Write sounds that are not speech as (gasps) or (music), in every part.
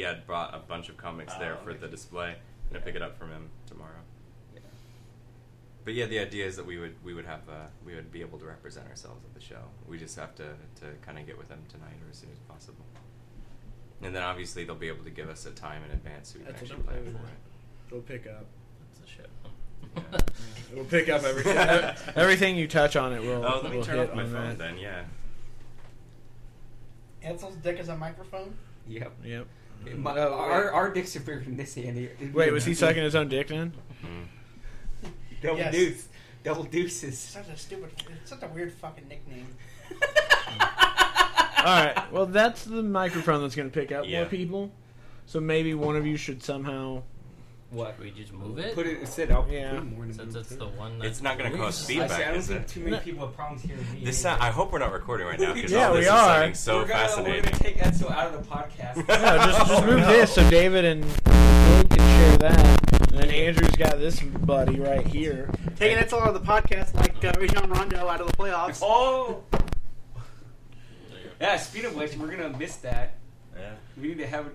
had brought a bunch of comics Ah, Oh, there for okay. the display. I'm gonna Yeah. pick it up from him tomorrow. Yeah. But yeah, the idea is that we would we would have uh, we would be able to represent ourselves at the show. We just have to to kind of get with them tonight or as soon as possible. And then obviously they'll be able to give us a time in advance so we can That's actually what plan I'm for planning. it. It'll pick up. That's a shit. Yeah. It'll pick up (laughs) everything. everything you touch on it will. oh, let me will turn hit off my on phone that. then. Yeah. Ansel's dick is a microphone. Yep. Yep. My, Oh, Uh, our, wait. our dicks are bigger than this, Andy. Wait, was he sucking his own dick then? Mm. Double Yes. deuce. Double deuces. Such a stupid. It's such a weird fucking nickname. (laughs) All right. (laughs) Well, that's the microphone that's going to pick up Yeah. more people. So maybe one of you should somehow. What? We just move it. Put it. Sit up. Yeah. Put it more in Since it's the one. That It's not gonna We cause just- I, see, I feedback, don't is think it? too many people have problems hearing me. This sound, I hope we're not recording (laughs) right now because Yeah, all this we is are. sounding so we're gonna, We're fascinating. gonna (laughs) take Edsel out of the podcast. No, just, just Oh, move no. this so David and Dave can share that. And then Andrew's got this buddy right here. Taking Edsel out of the podcast like uh, Rajon Rondo out of the playoffs. Oh. There you go. (laughs) Yeah. Speaking of which, we're gonna miss that. Yeah. We need to have it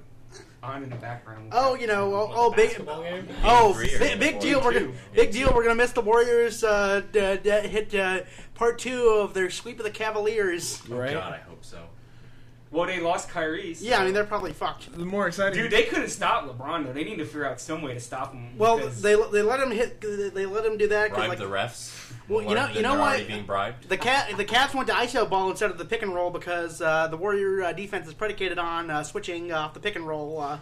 on in the background. Oh, you know, oh, What, oh the big, basketball game? oh, Three or big, big four? deal. We're Two. gonna, big deal. We're gonna miss the Warriors. Uh, d- d- hit uh, part two of their sweep of the Cavaliers. Oh, Right. God, I hope so. Well, they lost Kyrie. so- Yeah, I mean they're probably fucked. The more exciting. Dude, they couldn't stop LeBron though. They need to figure out some way to stop him. Well, because- they they let him hit. They let him do that. 'cause, Bribe like, the refs. Well, you Learn know- that you know they're already what? Being bribed. The cat, the Cavs went to ISO ball instead of the pick and roll because uh, the Warrior uh, defense is predicated on uh, switching off the pick and roll. Uh,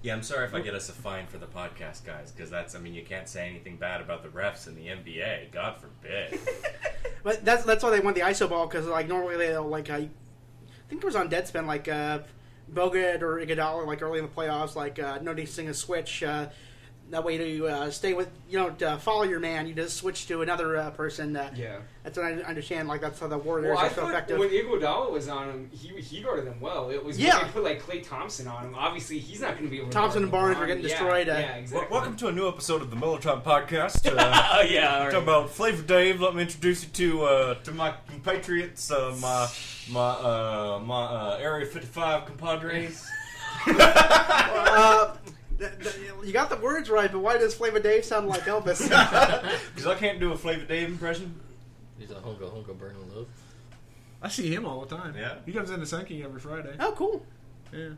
Yeah, I'm sorry if I get us a fine for the podcast, guys, because that's, I mean, you can't say anything bad about the refs in the NBA. God (laughs) forbid. but that's that's why they want the ISO ball because like normally they'll like I think it was on Deadspin like uh, Bogut or Iguodala like early in the playoffs like uh, noticing a switch. Uh, that way to uh, stay with you know to follow your man, you just switch to another uh, person. Uh, yeah. That's what I understand. Like that's how the Warriors Well, I are so thought effective. when Iguodala was on him, he he guarded them well. It was Yeah. when they put like Clay Thompson on him. Obviously, he's not going to be able. to Thompson and Barnes guard were LeBron. getting yeah, destroyed, uh, Yeah, exactly. to a new episode of the Mellotron Podcast. (laughs) Uh, Oh yeah, all right. Talking about Flavor Dave, let me introduce you to uh, to my compatriots, uh, my my uh, my uh, Area 55 (laughs) compadres. (laughs) uh, th- th- you got the words right, but why does Flavor Dave sound like Elvis? (laughs) Because I can't do a Flavor Dave impression. He's a hunka hunka burning love. I see him all the time. Yeah. He comes into Sun King every Friday. oh, cool. Yeah.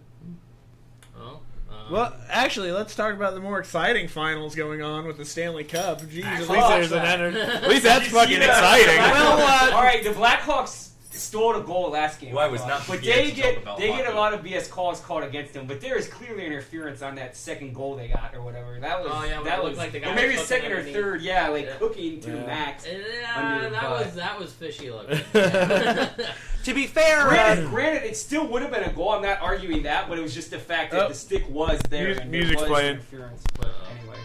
Oh. Um, Well, actually, let's talk about the more exciting finals going on with the Stanley Cup. Jeez, at Fuck least there's an that. energy. (laughs) At least that's fucking Yeah. exciting. (laughs) Well, uh, all right, the Blackhawks stole the goal last game. Why was not But BS they talk get about they get a hockey? lot of BS calls called against them. But there is clearly interference on that second goal they got or whatever. That was Oh, yeah, when it that looked was like the guy or maybe was it's second or looking underneath. third. Yeah, like Yeah. hooking to Yeah. the max. eh, Yeah, Under the that butt. was that was (laughs) fishy looking. (laughs) To be fair, Granted, uh, granted, it still would have been a goal. I'm not arguing that, but it was just the fact that Oh. the stick was there. Music- and there music's was playing. Interference. Well, Anyway,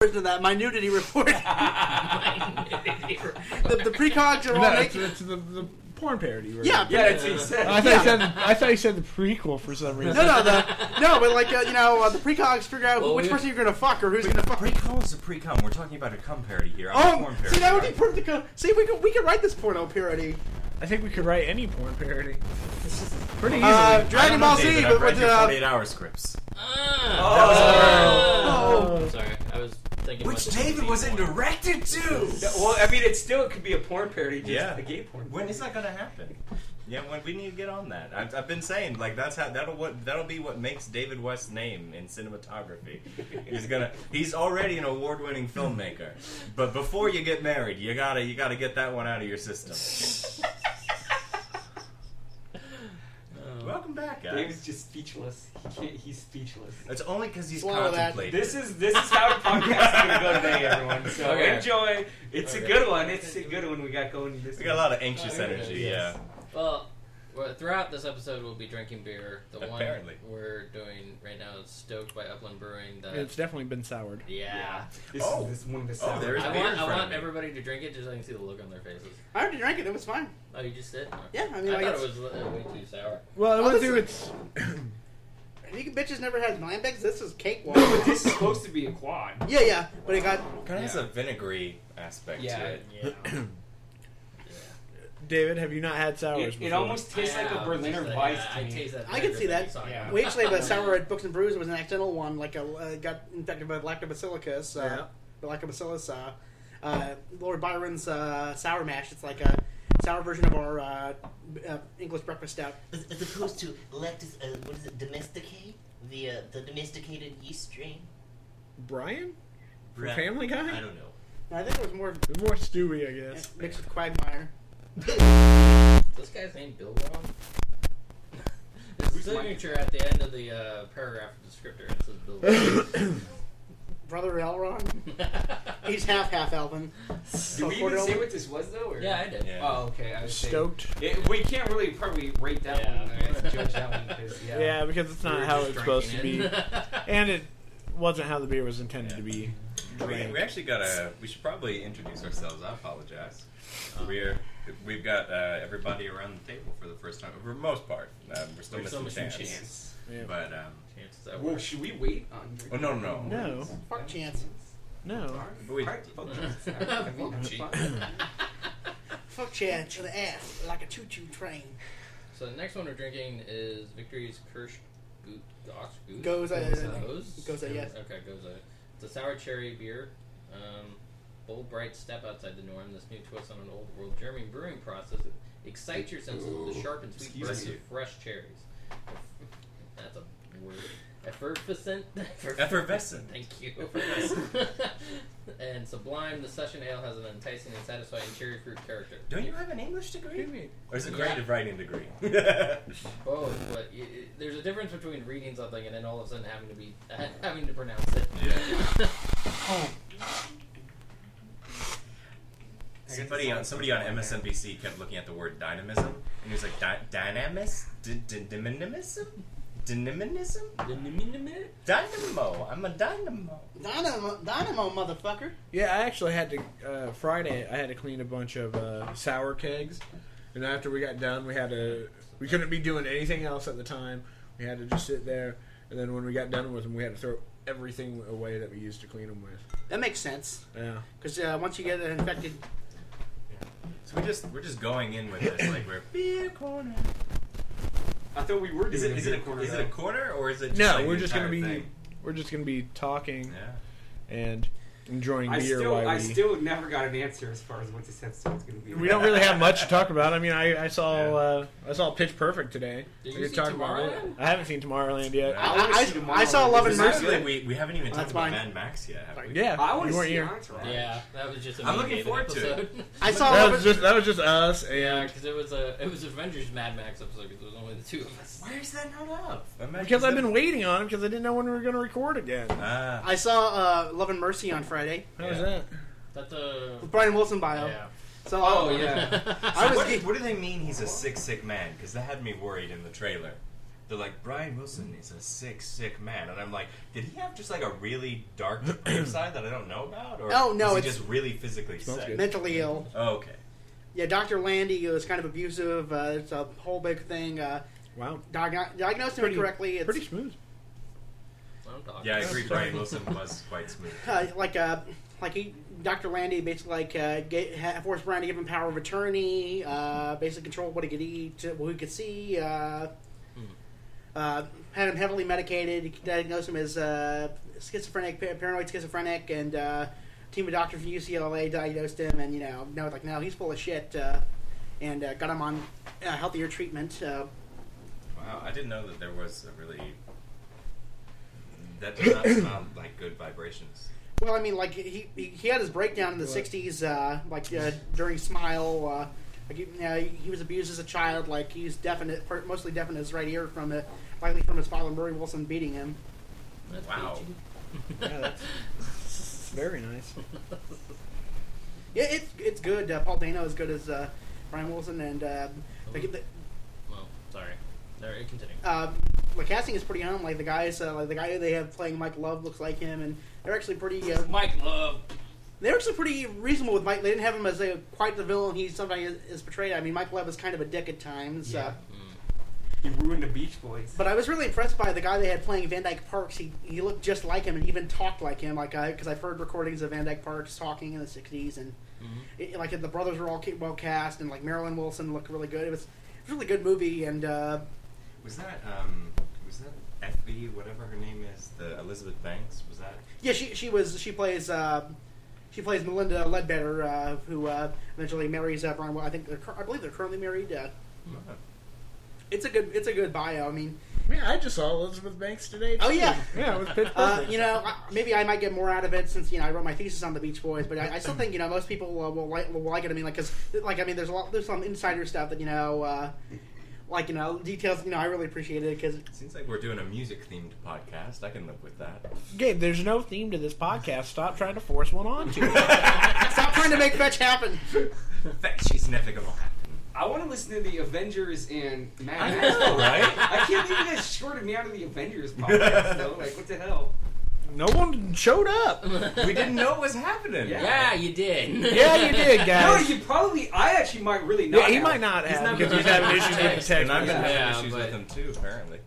version of that my nudity report. the, the precogs are all No, it's, naked. it's the, the porn parody. Right? Yeah, yeah, that's what he said. I thought you said the, I thought you said the prequel for some reason. No, no, the, no, but like uh, you know, uh, the precogs figure out who- Well, which we- person you're gonna fuck or who's gonna fuck. Pre-com is a pre-com. We're talking about a cum parody here. I'm a Oh, porn parody. see that would be perfect. to co- See, we could we could write this porno parody. I think we could write any porn parody. Pretty easily. Uh, I Dragon don't know, Ball Z, David, but I've read with your uh, 48-hour scripts. Oh. I'm sorry, I was thinking. Which about the David was movie one. indirected (laughs) to! Yeah, Well, I mean, it still could be a porn parody, just Yeah. a gay porn. When is that gonna happen? Yeah, when we need to get on that. I've, I've been saying like that's how that'll what that'll be what makes David West's name in cinematography. he's gonna he's already an award-winning filmmaker, but before you get married, you gotta you gotta get that one out of your system. (laughs) Oh. Welcome back, guys. Dave's just speechless. He can't, he's speechless. It's only because he's Swallow that. contemplating. This is this is how the podcast is gonna go today, everyone. So Okay. enjoy. It's Okay. a good one. It's a good one we got going this. Oh, we got a lot of anxious energy. Yes. Yeah. Well, Well, throughout this episode, we'll be drinking beer. The Apparently. one we're doing right now is Stoked by Upland Brewing. That It's definitely been soured. yeah. This Oh. is this is one of the Oh, sour- there is I beer in want, I front of want me. everybody to drink it just so I can see the look on their faces. I already drank it. It was fine. Oh, you just did? Okay. Yeah, I mean, like, thought it it's- was uh, way too sour. Well, it Oh, went this through is- its. You bitches never had lambics. This is cake No, but water. this is supposed to be a quad. (laughs) yeah, yeah, but it got Kind of has a vinegary aspect to Yeah, it. Yeah. David, have you not had sours it, before? it almost tastes like Yeah, a Berliner it's like, Weiss yeah, to I me. taste that. I can vinegar see that. you saw. Yeah. We actually had a sour at Books and Brews. It was an accidental one. Like a uh, got infected by lactobacillus. Uh, Lactobacillus. Uh, uh, Lord Byron's uh, sour mash. It's like a sour version of our uh, b- uh, English breakfast stout. As, as opposed to lactis, uh, what is it, domesticate? The uh, the domesticated yeast strain? Brian? From Right. Family Guy? I don't know. And I think it was more It was More Stewie, I uh, guess. mixed with Quagmire. This guy's name Bill Wong. His signature at the end of the uh, paragraph descriptor it says Bill Wong. Brother Elron. (laughs) (laughs) He's half half Alvin. Did we even say what this was though? Or? yeah, I did. Yeah. Oh, okay. I was saying- Stoked. It, we can't really probably rate that Yeah. one. I have to judge that one 'cause, yeah. Yeah. because it's not We were how just it's supposed to drinking be. it. (laughs) and it wasn't how the beer was intended Yeah. to be. We, we actually got a. We should probably introduce ourselves. I apologize. Um, We're we've got uh, everybody around the table for the first time, for the most part. Um, we're still There's so missing much chance. chance. Yeah. But um, Chances I Well, work. should we wait on? Oh, no, no, No. Fuck chance. No. But we- Alright, fuck chance. Alright, I mean, that's (laughs) Fuck fine. Fuck chance to the ass like a choo choo train. So the next one we're drinking is Victory's Kirsch Goot Gosh Goot. Goes, uh, Goes. goes, uh, yes. Okay, goes. Uh, it's a sour cherry beer. Um, bold, bright step outside the norm. This new twist on an old world German brewing process that excites your senses with the sharp and sweet Excuse bursts me. of fresh cherries. (laughs) That's a word. Effervescent. (laughs) Effervescent. Thank you. (laughs) Effervescent. and sublime, the session ale has an enticing and satisfying cherry fruit character. Don't you have an English degree? Or is it creative writing (laughs) degree? both, but y y- there's a difference between reading something and then all of a sudden having to be (laughs) having to pronounce it. (laughs) Yeah. Somebody on somebody on MSNBC kept looking at the word dynamism, and he was like, Di- "Dynamis, D- d- dynamism, dynamism, dynamo. I'm a dynamo." Dynamo, dynamo, motherfucker. Yeah, I actually had to uh, Friday. I had to clean a bunch of uh, sour kegs, and after we got done, we had to. We couldn't be doing anything else at the time. We had to just sit there, and then when we got done with them, we had to throw everything away that we used to clean them with. That makes sense Yeah, because uh, once you get an infected, So we just we're just going in with this like we're beer corner. I thought we were doing Is it is it a corner? corner. Is it a though. quarter or is it? Just No, like we're the just gonna entire be- thing? we're just gonna be talking Yeah. and enjoying I beer still, while I we. still never got an answer as far as what this episode's going to be. we don't really have much to talk about. I mean, I, I saw uh, I saw Pitch Perfect today. Did We you could see talk about it. Tomorrowland? I haven't seen Tomorrowland yet. (laughs) I I, wanna I- see I tomorrow. saw Love and Is Because Mercy. actually, we, we haven't even That's talked about mine. Mad Max yet, have we? Yeah, I want you to weren't see here. Entourage. Yeah, that was just. A I'm main looking David forward to it. episode. (laughs) (laughs) I saw That Love was and, just that was just us yeah, and because it was a it was Avengers Mad Max episode because it was only the two of us. Where is that not up? Mad Max Because is I've been up. waiting on him because I didn't know when we were going to record again. Ah, I saw uh, Love and Mercy on Friday How was was Yeah. that? That the with Brian Wilson bio. yeah. So Oh, uh, yeah. (laughs) I was what, ge- what do they mean he's a sick, sick man? Because that had me worried in the trailer. They're like, Brian Wilson is a sick, sick man. And I'm like, did he have just like a really (clears throat) dark, depraved side that I don't know about? Or Oh, no, is he it's- just really physically Smells sick? good. mentally ill. Oh, okay. Yeah, Doctor Landy was kind of abusive. Uh, it's a whole big thing. Uh, Wow. diagno- diagnosed him Pretty- incorrectly. It's Pretty smooth. I'm talking. Yeah, I agree. (laughs) Brian Wilson was quite smooth. uh, like uh, like he, Dr. Landy basically like uh, ga ha, forced Brian to give him power of attorney, uh, basically control what he could eat, what he could see. Uh, uh, had him heavily medicated. He diagnosed him as uh, schizophrenic, pa- paranoid schizophrenic, and uh, team of doctors from UCLA diagnosed him, and you know, no, like no, he's full of shit, uh, and uh, got him on uh, healthier treatment. Uh, Wow, I didn't know that there was a really. That does not sound like good vibrations. Well, I mean, like he he, he had his breakdown in the Right. '60s, uh, like uh, during Smile. Uh, like he, uh, he was abused as a child. Like he's definite, mostly deaf in his right ear from it, likely from his father Murray Wilson beating him. That's Wow. PG. Yeah, that's very nice. (laughs) Yeah, it's it's good. Uh, Paul Dano is good as uh, Brian Wilson, and uh, the, the, Well, All right, continue. Um, the casting is pretty on. Like the guys, uh, like the guy they have playing Mike Love looks like him, and they're actually pretty. Uh, Mike Love. they're actually pretty reasonable with Mike. They didn't have him as a, quite the villain he sometimes is, is portrayed. I mean, Mike Love is kind of a dick at times. Uh, You ruined the Beach Boys. but I was really impressed by the guy they had playing Van Dyke Parks. He, he looked just like him and even talked like him. Like because I've heard recordings of Van Dyke Parks talking in the '60s, and it, like the brothers were all ca- well cast, and like Marilyn Wilson looked really good. It was, it was a really good movie, and uh, Was that um? Was that FB? Whatever her name is, the Elizabeth Banks. Was that? Yeah, she she was she plays uh, she plays Melinda Ledbetter, uh, who uh, eventually marries uh, Brian. Wil- I think they're, cur- I believe they're currently married. Uh, it's a good it's a good bio. I mean, Man, I just saw Elizabeth Banks today. Oh, too. yeah. yeah, with Pitch uh, Perfect. you know, I- maybe I might get more out of it since you know I wrote my thesis on the Beach Boys, but I, I still think you know most people uh, will like will like it. I mean, like because like I mean, there's a lot there's some insider stuff that you know. Uh, like you know details, you know I really appreciated it (laughs) because Seems like we're doing a music themed podcast. I can live with that. Gabe, there's no theme to this podcast. Stop trying to force one onto it. (laughs) stop trying to make fetch happen. That she's never gonna happen. I want to listen to the Avengers and Mad I Max. know, right? I can't believe you guys shorted me out of the Avengers podcast. though. Like, what the hell? no one showed (laughs) up. We didn't know it was happening. Yeah. Yeah, you did. Yeah, you (laughs) did, No, guys. you probably. I actually might really not. yeah, he have. might not have not because he's gonna- having issues with the And I've text. been having Yeah, issues but- with them too, apparently.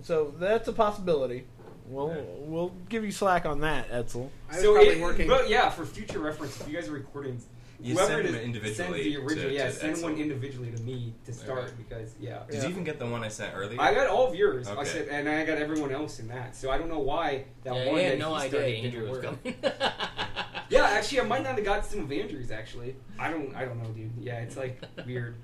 So that's a possibility. We'll Yeah. we'll give you slack on that, Etzel. I was So probably it, working. but yeah, for future reference, if you guys are recording, You whoever send it is, them individually send the original. to- yeah, to send one Excel. individually to me to start because yeah. Did you even get the one I sent earlier? I got all of yours. I Okay. said, and I got everyone else in that. So I don't know why that Yeah, one. he had that no he idea started didn't Andrew was (laughs) work. coming. (laughs) Yeah, actually, I might not have got some of Andrew's. Actually, I don't. I don't know, dude. Yeah, it's like (laughs) weird.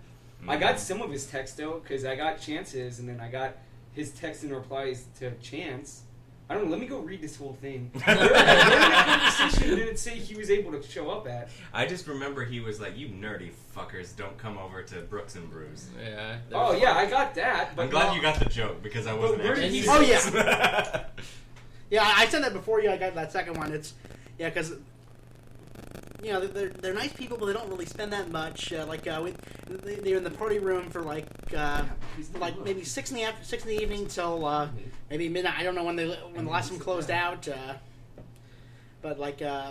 Hmm. I got some of his text though, because I got chances, and then I got his text and replies to chance. I don't know. Let me go read this whole (laughs) thing. Where where in the conversation did it say he was able to show up at? Mm-hmm. I just remember he was like, "You nerdy fuckers, don't come over to Brooks and Brews." Yeah. Oh yeah, I got that. But I'm glad no- (laughs) you got the joke because I But wasn't. where actually did Oh, serious. (laughs) Yeah, I I said that before you. I got that second one. It's yeah, because you know they're they're nice people, but they don't really spend that much. Uh, like uh, we, they- they're in the party room for like uh, like maybe six in the after six in the evening till uh, maybe midnight. I don't know when they when the last one closed out. Uh, but like uh,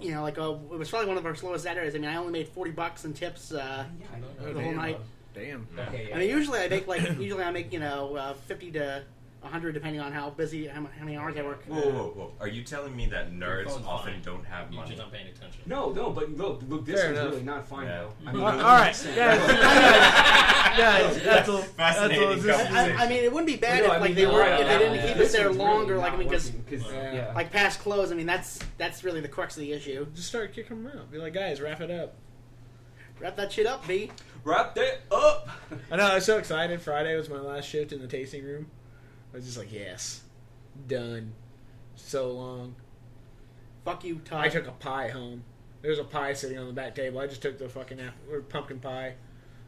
you know, like uh, it was probably one of our slowest Saturdays. I mean, I only made forty bucks in tips Oh, uh, Yeah, I know. the whole night. Damn. Okay, I mean, usually I (coughs) make like usually I make you know uh, fifty to hundred depending on how busy how mu- how many hours I work. Whoa, whoa, whoa! Are you telling me that Your nerds phone's often fine. don't have You're money? just not paying attention. No, no, but look, look, this Fair one's enough. really not fine Yeah. though. Uh, I All mean, right, guys, (laughs) guys, guys, Etzel, (laughs) Fascinating Etzel, is this- conversation. I, I mean, it wouldn't be bad No, if I like mean, they you're were right if they on that didn't one. keep This us there one's longer. really like I mean, not because working, 'cause, Yeah. yeah. like past close, I mean that's that's really the crux of the issue. Just start kicking them out. Be like, guys, wrap it up. Wrap that shit up, B. wrap that (laughs) up. I know. I was so excited. Friday was my last shift in the tasting room. I was just like, yes, done. So long. Fuck you, Todd. I took a pie home. There's a pie sitting on the back table. I just took the fucking apple, or pumpkin pie.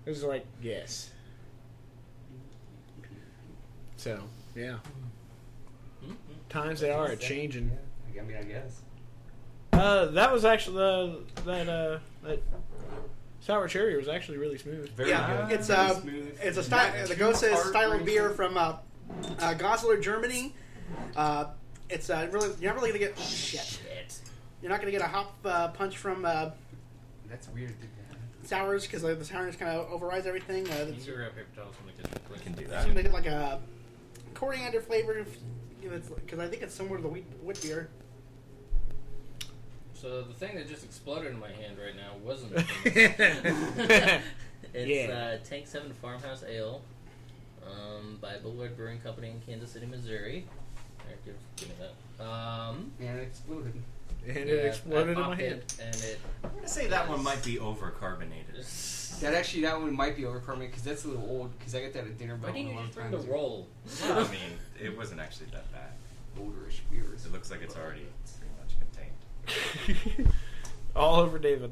It was like, yes. So yeah, Mm-hmm. times they are a changing. I mean, I guess. Uh, that was actually uh, that uh, that sour cherry was actually really smooth. Very yeah, good. it's uh, Smooth. it's a style. Not The too ghost is style of heartbreaking. beer from uh, uh, Goslar, Germany. Uh, it's uh, really you're not really gonna get oh, shit. You're not gonna get a hop uh, punch from uh, That's weird. Dude. sours because like, the sours kind of overrides everything. Uh, Can you grab paper towels from the kitchen, please? can do It's gonna that. get like a coriander flavor, because I think it's similar to the wheat, wheat beer. So the thing that just exploded in my hand right now wasn't. (laughs) (laughs) it's Yeah. uh, Tank 7 Farmhouse Ale um, by Boulevard Brewing Company in Kansas City, Missouri. There, give, give me that. Um, Man, it exploded. and yeah, it exploded I in my popped hand. it, And it. I'm gonna say that one might be overcarbonated. (laughs) That actually, that one might be overpermanent because that's a little old. Because I got that at dinner. Why but didn't you one just of bring the the times roll? I mean, it wasn't actually that bad. Olderish beers. It looks like it's already pretty much contained. (laughs) All over David.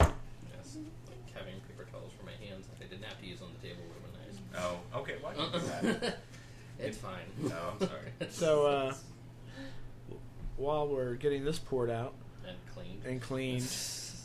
Yes. Like having paper towels for my hands that I didn't have to use on the table would Oh, okay. Why did you do have been (laughs) that? nice. it's fine. No, I'm sorry. So uh, while we're getting this poured out and clean. (laughs) and cleaned,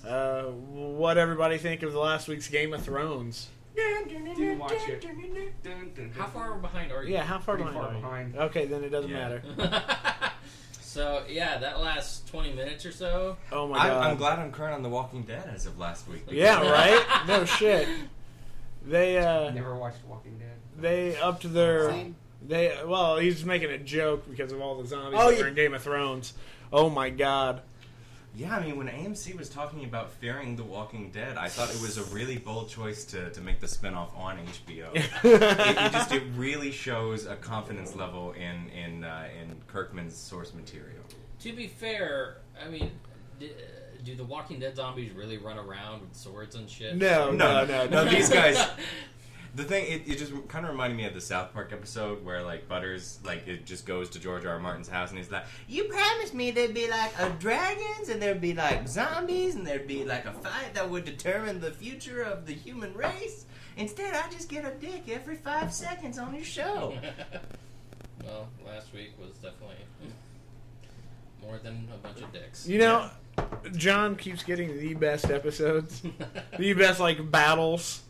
uh, what everybody think of the last week's Game of Thrones? Didn't watch it. Dun, dun, dun, How far behind are you? Yeah, how far Pretty behind? far are you? behind. Okay, then it doesn't Yeah. matter. (laughs) so yeah, that lasts twenty minutes or so. (laughs) Oh my I'm, god. I'm glad I'm current on The Walking Dead as of last week. Yeah, (laughs) right? No shit. They uh Never watched Walking Dead. they upped their Same. they well, he's making a joke because of all the zombies Oh, that you- are in Game of Thrones. Oh my (laughs) god. Yeah, I mean, when AMC was talking about fearing The Walking Dead, I thought it was a really bold choice to, to make the spinoff on HBO. it, it just it really shows a confidence level in in uh, in Kirkman's source material. To be fair, I mean, d- uh, do the Walking Dead zombies really run around with swords and shit? No, Oh, No, no, no, no, no. these (laughs) guys- The thing, it, it just kind of reminded me of the South Park episode where, like, Butters, like, it just goes to George R. R. Martin's house and he's like, You promised me there'd be, like, a dragons and there'd be, like, zombies and there'd be, like, a fight that would determine the future of the human race. Instead, I just get a dick every five seconds on your show. well, last week was definitely more than a bunch of dicks. You know, John keeps getting the best episodes. (laughs) yeah, the best like battles.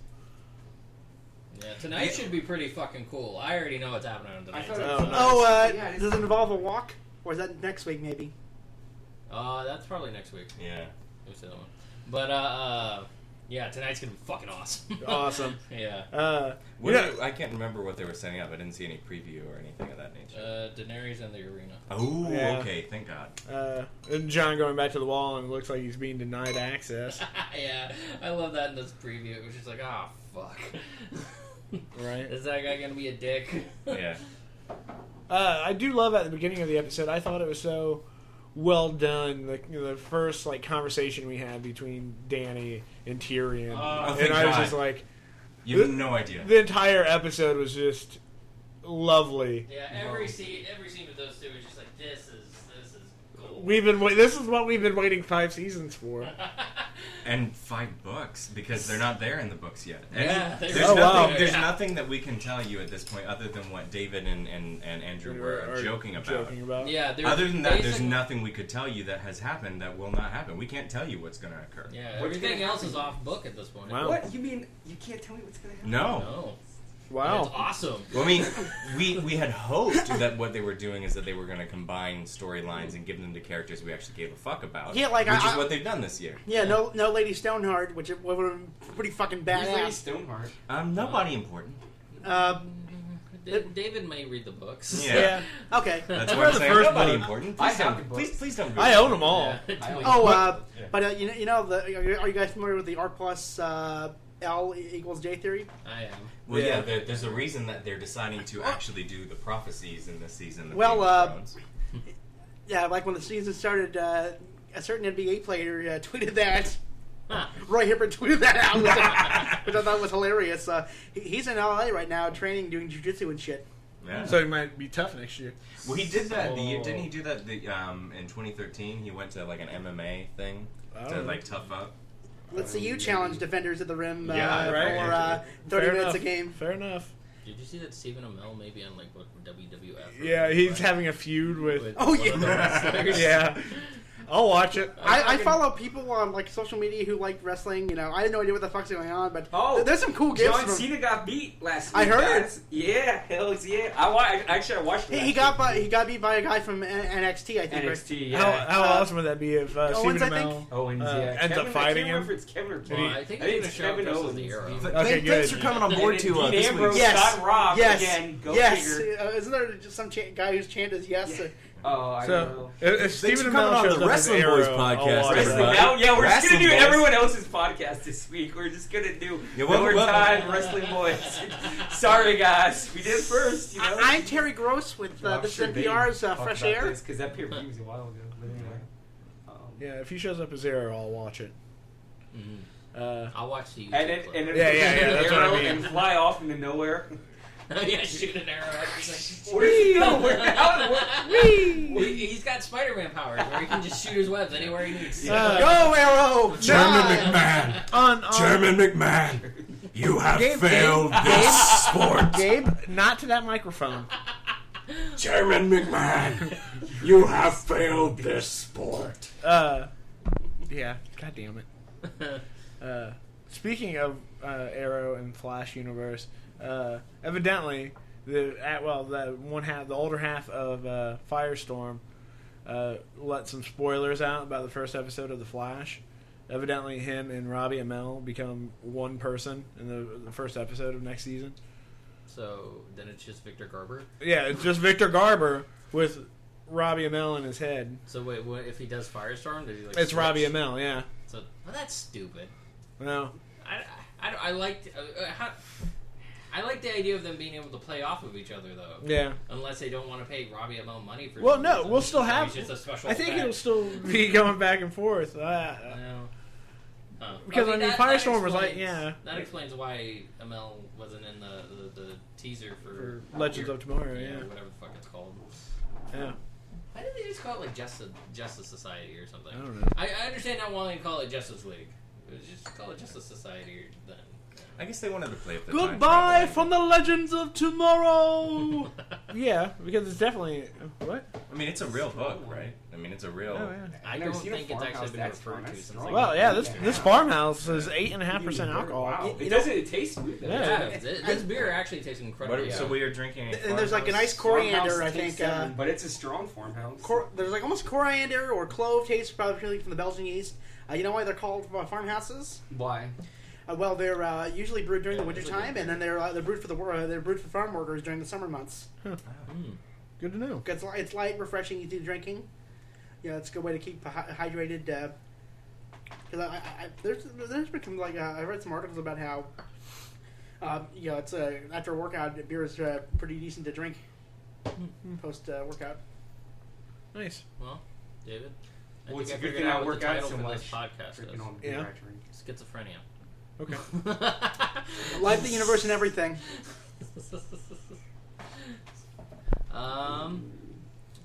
tonight should be pretty fucking cool. I already know what's happening on I tonight's thought Oh, it was, nice. Oh, uh, Yeah, it is- does it involve a walk? Or is that next week, maybe? Uh, that's probably next week. Yeah. Who's the other one? But uh, uh, yeah, tonight's gonna be fucking awesome. (laughs) Awesome. yeah. Uh What You know- did- I can't remember what they were setting up. I didn't see any preview or anything of that nature. Uh, Daenerys and the arena. (laughs) oh, Yeah. okay. Thank God. uh and John going back to the wall and looks like he's being denied access. yeah, I love that in this preview. It was just like, ah, fuck. Right. Is that guy gonna be a dick? (laughs) (laughs) Yeah. Uh, I do love at the beginning of the episode. I thought it was so well done. The, the first like conversation we had between Danny and Tyrion, Oh, and thank Uh, I was God. just like, You have no idea. the entire episode was just lovely. Yeah, every scene, every scene with those two is just like, this is this is gold. (laughs) We've been wait- this is what we've been waiting five seasons for. and five books because they're not there in the books yet. And Yeah, there's, they're- Oh, nothing, wow. there's Yeah. nothing that we can tell you at this point other than what David and, and, and Andrew were Or- or joking about. Joking (laughs) about. yeah. There's Other than that, there's basic- nothing we could tell you that has happened that will not happen. We can't tell you what's going to occur. Yeah, What's everything gonna else is happen? off book at this point. Wow. What? You mean you can't tell me what's gonna happen? No. No. It's Wow. awesome. Oh. Well, I mean, we, we had hoped that what they were doing is that they were going to combine storylines and give them to characters we actually gave a fuck about. Yeah, like, which I- is what they've done this year. Yeah, no, no Lady Stoneheart, which would have pretty fucking Who's Lady badass. Stoneheart? Um, nobody important. Uh, Da- (laughs) David may read the books. Yeah. (laughs) Yeah. okay. (laughs) That's I what I'm read the saying. first Nobody book. important. I Please have the don't. book. Please, please don't. I own them all. (laughs) Yeah. I don't- Oh, uh, Yeah. but uh, you know, you know, the, are you guys familiar with the R plus uh, L equals J theory? uh, I am. Well, Yeah. yeah, there, there's a reason that they're deciding to actually do the prophecies in this season. Of Well, Game of uh, Thrones. Yeah, like when the season started, uh, a certain NBA player uh, (laughs) tweeted that. Huh. Roy Hibbert tweeted that out, which I, which I thought was hilarious. Uh, he- he's in LA right now, training, doing jujitsu and shit. Yeah. So it might be tough next year. well, he did that. The year, Oh. So- didn't he do that the, um, in 2013? He went to like an MMA thing I to don't know. like tough up. Let's see you challenge defenders at the rim uh, Yeah, right. for uh, thirty Fair minutes enough. a game. Fair enough. Did you see that Stephen Amell maybe on like what WWF? or Yeah, he's something, having a feud like, with. Oh, one of yeah. the wrestlers? (laughs) Yeah, I'll watch it. I, I fucking- follow people on like social media who like wrestling. You know, I had no idea what the fuck's going on, but Oh, th- there's some cool gifts. John from- Cena got beat last week. I heard. guys. Yeah, hell yeah. I wa- actually I watched. He, last he got week. by, he got beat by a guy from N- NXT, I think. right? NXT. Yeah. How, how Uh, awesome would that be if uh, Stephen Owens, I think? Amell? Owens, Uh, ends yeah. Kevin, up fighting I can't remember him? If it's Kevin or Well, Kenny. I think I he's think gonna it's show up Kevin versus Owens. the arrow. He's- Okay, Thank- Thanks good. for coming on board And to uh, Dean this Ambrose week. Yeah. Yes. got robbed Yes. again. Go yes. figure. Uh, isn't there just some cha- guy who's chant is yes? Yeah. or- Oh, I So know. if, if Thanks Stephen for coming Amell on shows the up Wrestling as Boys podcast, Arrow, I'll watch Wrestling. everybody. that. Now, yeah, we're just Wrestling gonna do boys. everyone else's podcast this week. We're just gonna do Yeah, yeah, what- what- time wrestling boys. (laughs) Sorry, guys, we did first. You know, I, am Terry Gross with uh, Well, I'm this sure they NPR's uh, talked Fresh about Air. this, 'cause that peer review was a while ago. But anyway, um, Yeah, if he shows up as Arrow, I'll watch it. Mhm. Uh, I'll watch the YouTube And it, and clip. it Yeah, yeah, yeah, that's what I arrow mean. and fly off into (laughs) nowhere. (laughs) yeah, shoot an arrow. Out. He's like, (laughs) Where does he go? Where, (laughs) how, where, He- he's got Spider-Man powers where he can just shoot his webs anywhere he needs. uh, (laughs) Go Arrow! Chairman Nah! (laughs) McMahon, on, on Chairman McMahon, you have Gabe, failed Gabe, this Gabe. sport. Gabe, not to that microphone. Chairman McMahon, you have failed this sport. Uh, yeah, god damn it. Uh, Speaking of uh, Arrow and Flash universe, uh, evidently the at, well the one half, the older half of uh, Firestorm, uh, let some spoilers out about the first episode of the Flash. Evidently, him and Robbie Amell become one person in the, the first episode of next season. So then it's just Victor Garber. Yeah, it's just Victor Garber with Robbie Amell in his head. So wait, what if he does Firestorm? Does he like? It's switch? Robbie Amell, yeah. So well, that's stupid. No, I, I, I liked uh, uh, how, I like the idea of them being able to play off of each other though. yeah. Unless they don't want to pay Robbie Amell money for. Well, some no, reason. we'll still So have- he's just a special. I think effect. it'll still (laughs) be going back and forth. Uh, No. Huh. Because, I mean, that- Firestorm that was like, explains- yeah. That explains why ML wasn't in the the, the teaser for, For Legends of Tomorrow, yeah, yeah. whatever the fuck it's called. yeah. Why did they just call it like Justice Justice Society or something? I don't know. I, I understand not wanting to call it Justice League. It was just call it Justice Society or then. I guess they wanted to play with the time Goodbye traveling. from the legends of (laughs) tomorrow. yeah, because it's definitely what? I mean, it's a real book, right? I mean, it's a real. Oh yeah. I I've don't never seen a think it's actually farmhouse been that's referred strong. to That's since strong. like Well, yeah. This Yeah. this farmhouse is eight and a half percent alcohol. Wow. It doesn't it taste sweet though. Yeah. Yeah, this, this beer actually tastes What are, incredible. So we are drinking. A And there's like a farmhouse? nice coriander, I Farmhouse think. tastes Uh, different, but it's a strong farmhouse. cor- there's like almost coriander or clove taste, probably really from the Belgian yeast. Uh, you know why they're called uh, farmhouses? Why? Uh, well, they're uh, usually brewed during Yeah, the winter usually time, they're- and then they're uh, they're brewed for the wor- uh, they're brewed for farm workers during the summer months. Hmm. Good to know. It's, li- it's light, refreshing, easy drinking. Yeah, it's a good way to keep hy- hydrated. uh 'cause I, I, I, there's there's been some, like uh, I read some articles about how, um, you know, it's uh, after a workout, beer is uh, pretty decent to drink post uh, workout. Mm, Nice. well, David. I Well, think it's I a good figured thing I out what work the out title so for much. this podcast Freaking is. on beer Yeah. I Schizophrenia. drink. Okay. (laughs) Life, the universe, and everything. um,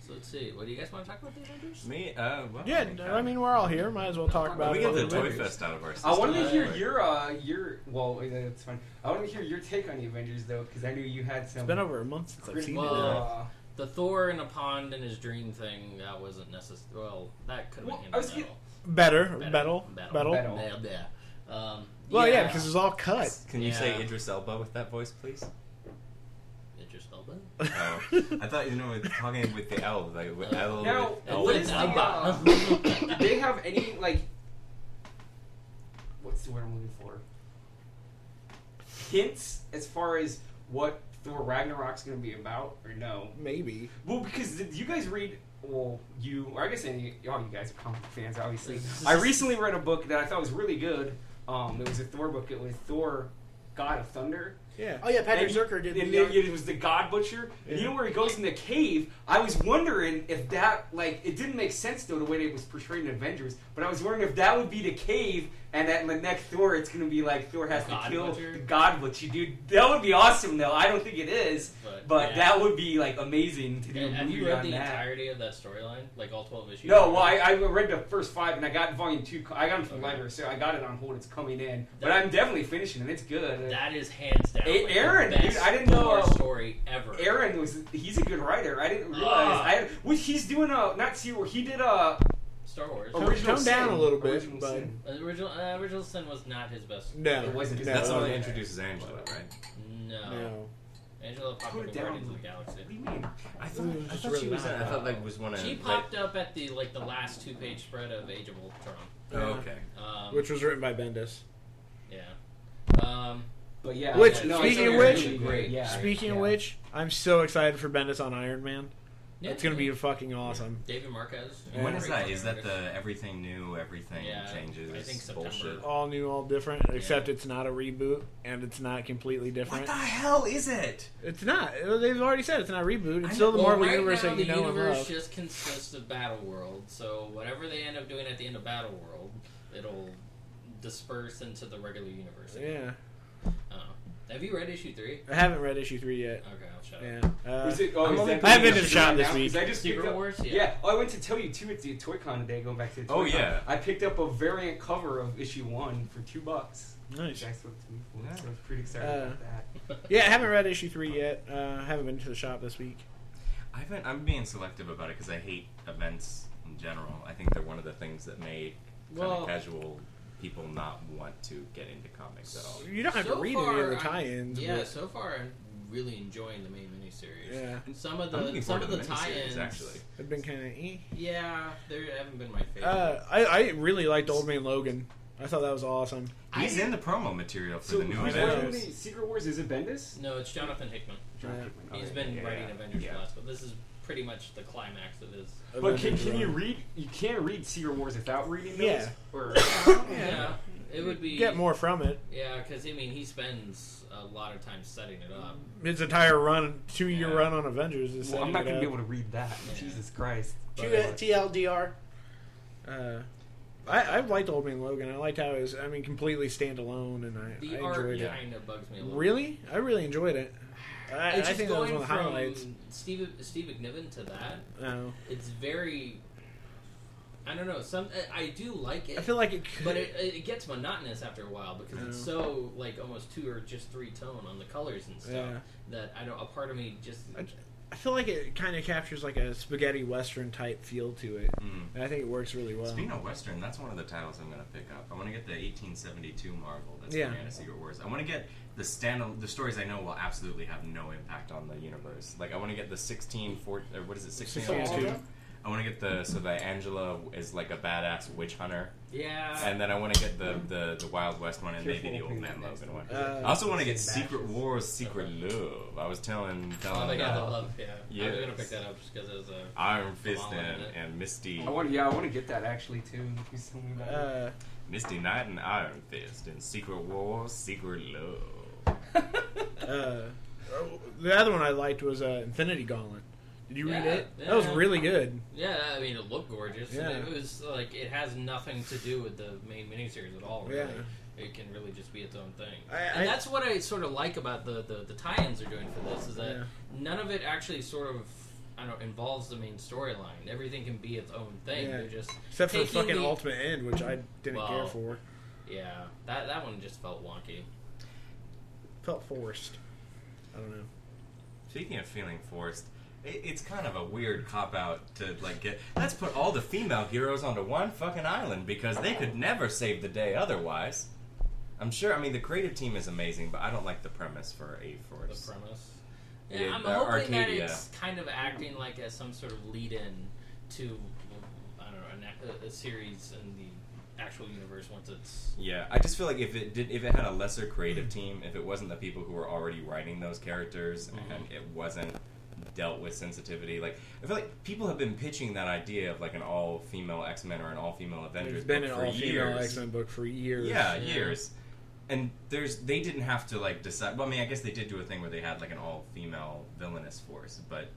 so let's see. What do you guys want to talk about, David? Andrews? Me? Uh, well, (laughs) Yeah, I mean we're all here. Might as well talk about we it. get while the we toy live. fest out of our system. I wanted to hear Uh, your uh your well wait, that's fine. I wanted to hear your take on the Avengers though because I knew you had some. It's been over a month since I've critical, seen Well, it. uh, Uh, uh, The Thor in a pond and his dream thing, that wasn't necessary. Well, that could have Well, been I was handled. get- Better, better. battle, Better. battle. Better. well. Yeah, yeah. Um, Well, yeah, because it's all cut. Can you say Yeah. Idris Elba with that voice, please? Idris Elba. Oh, I thought you know we were talking with the L, like with L. Now, with what L. is the, (laughs) uh, do Elba. they have any like? What's the word I'm looking for? Hints as far as what Thor Ragnarok's going to be about, or no? Maybe. Well, because did you guys read? Well, you or I guess any, all you guys are comic book fans, obviously. I recently read a book that I thought was really good. Um, it was a Thor book. It was Thor, God of Thunder. Yeah. (laughs) Oh yeah, Patrick And- Zerker did. And the, uh, it, it was the God Butcher. And you know where he goes in the cave. I was wondering if that, like, it didn't make sense though the way they was portraying the Avengers. But I was wondering if that would be the cave, and at the next Thor, it's gonna be like Thor has God to kill Butcher? the God Butcher, dude. That would be awesome though. I don't think it is, But, but, yeah. that would be like amazing to do a Have movie you read on the that. entirety of that storyline? Like all 12 issues? no, well, I, I read the first five, and I got volume two. co- I got it from the Okay. library, so I got it on hold. It's coming in, but That- I'm definitely finishing it. It's good. That is hands down. Hey, like, the Aaron, dude, best I didn't know, Thor uh, story ever. Aaron was he's a good writer. I didn't realize. Ah. I which he's doing a not zero. He did a Star Wars. Tone- original tone down Sin. a little bit, Original but- Sin. Uh, Original uh, Original Sin was not his best. No. It wasn't- No. That's No. how okay. he introduces Angela, right? No. No. Angela popped Put up it in down. Guardians of the Galaxy. What do you mean? I thought, Ooh, I it's thought really she was. loud. I thought like was one of. She like- popped up at the like the last two page spread of Age of Ultron. Oh, okay. Um, Which was written by Bendis. yeah. Um, But yeah, Which, yeah, no, speaking it's of really which- good, great. Yeah, Speaking of yeah. which, I'm so excited for Bendis on Iron Man. yeah, it's gonna be fucking awesome. David Marquez. And When is Great that? comic Is that artist. the everything new, everything Yeah, changes? I think September. bullshit. All new, all different. Except it's not a reboot, and it's not completely What different. the hell is it? It's not. They've already said it's not a reboot. I It's still the Well, Marvel right universe now, that you the know and universe love. just consists of Battle World. So whatever they end up doing at the end of Battle World, it'll disperse into the regular universe. Yeah, Uh, have you read issue three? I haven't read issue three yet. Okay, I'll shut up. Yeah, uh, Was it, oh, I'm is only- that I haven't been to the the shop this now? 'Cause week. I just Secret picked up- Wars. Yeah. Oh, I went to tell you too at the Toy Con today. Going back to the Toy Oh, Con. yeah. I picked up a variant cover of issue one for two bucks. nice. Jack spoke to me for it, Yeah. so I was pretty excited Uh, about that. Yeah, I haven't read issue three yet. Uh, I haven't been to the shop this week. I've been, I'm being selective about it because I hate events in general. I think they're one of the things that made kind Well- of casual people not want to get into comics at all? You don't have So to read any far, of the I'm- tie-ins. Yeah, but- so far I'm really enjoying the main miniseries. Yeah. And some of I'm the looking some forward of to the, the miniseries, tie-ins actually. I've been kind of. Eh. Yeah, they haven't been my favorite. Uh, I, I really liked Old Man Logan. I thought that was awesome. He's in the promo material for So the new who's Avengers. writing the Secret Wars is it Bendis? no, it's Jonathan Hickman. John Yeah. Hickman, He's okay. been Oh, yeah, writing yeah, Avengers yeah. last, but this is pretty much the climax of his. But can, Avengers can you Run. read? You can't read Secret Wars without reading those. Yeah. Or Yeah, it would be Oh, get more from it? Yeah, because I mean, he spends a lot of time setting it up. His entire run, two-year Yeah. run on Avengers is. well, setting I'm not it going to up. be able to read that. Yeah. Jesus Christ. uh, uh, T- TLDR. Uh, I, I liked Old Man Logan. I liked how it was. I mean, completely standalone, and I, The I art enjoyed it. kind of bugs me a little. Really, I really enjoyed it. I, It's I just think that was going one of the from highlights. Steve Steve McNiven to that. Oh. It's very. I don't know. Some I I do like it, I feel like it. Could, but it, it gets monotonous after a while because it's Yeah. so like almost two or just three tone on the colors and stuff Yeah. that I don't. A part of me just I j- I feel like it kind of captures like a spaghetti western type feel to it. Mm. And I think it works really well. Speaking of Western, that's one of the titles I'm going to pick up. I want to get the 1872 Marvel that's Yeah. coming out of Secret Wars. I want to get the stand the stories I know will absolutely have no impact on the universe. Like I want to get the 16 four- or what is it 1602? 1602. I want to get the so that Angela is like a badass witch hunter, yeah. and then I want to get the, the the Wild West one and maybe Uh, Careful the with Old the Man next Logan one. one. I Uh, also want to get Bashes. Secret Wars, Secret Love. I was telling oh my telling god, I uh, love yeah. I'm Yes. gonna pick that up just because it was a. Iron Fist Come on, and, isn't it? and Misty I want. Yeah, I want to get that actually too. If you tell me about it. uh, Misty Knight and Iron Fist and Secret Wars, Secret Love. uh, the other one I liked was uh, Infinity Gauntlet. Did you read Yeah, it? That was yeah. really good. Yeah, I mean, it looked gorgeous. Yeah. And it was like it has nothing to do with the main miniseries at all. Really. Yeah. It can really just be its own thing. I- and I- that's what I sort of like about the, the, the tie-ins they're doing for this is that Yeah. none of it actually sort of I don't know, involves the main storyline. Everything can be its own thing. Yeah. They're just Except for taking fucking the- Ultimate End, which I didn't Wow. care for. Yeah, that that one just felt wonky. Felt forced. I don't know. Speaking of feeling forced, it, it's kind of a weird cop out to like get. Let's put all the female heroes onto one fucking island because they could never save the day otherwise. I'm sure. I mean, the creative team is amazing, but I don't like the premise for a The force. premise. Yeah, Yeah, I'm uh, hoping Arcadia. that it's kind of acting like as some sort of lead-in to I don't know an, ac- a, a series in the actual universe once it's Yeah, I just feel like if it did, if it had a lesser creative team, if it wasn't the people who were already writing those characters, and Mm-hmm. it wasn't dealt with sensitivity, like I feel like people have been pitching that idea of like an all female X Men or an all female Avengers There's been book an for all female years. X Men book for years. Yeah, Yeah. years. And there's they didn't have to like decide. Well, I mean, I guess they did do a thing where they had like an all female villainous force, but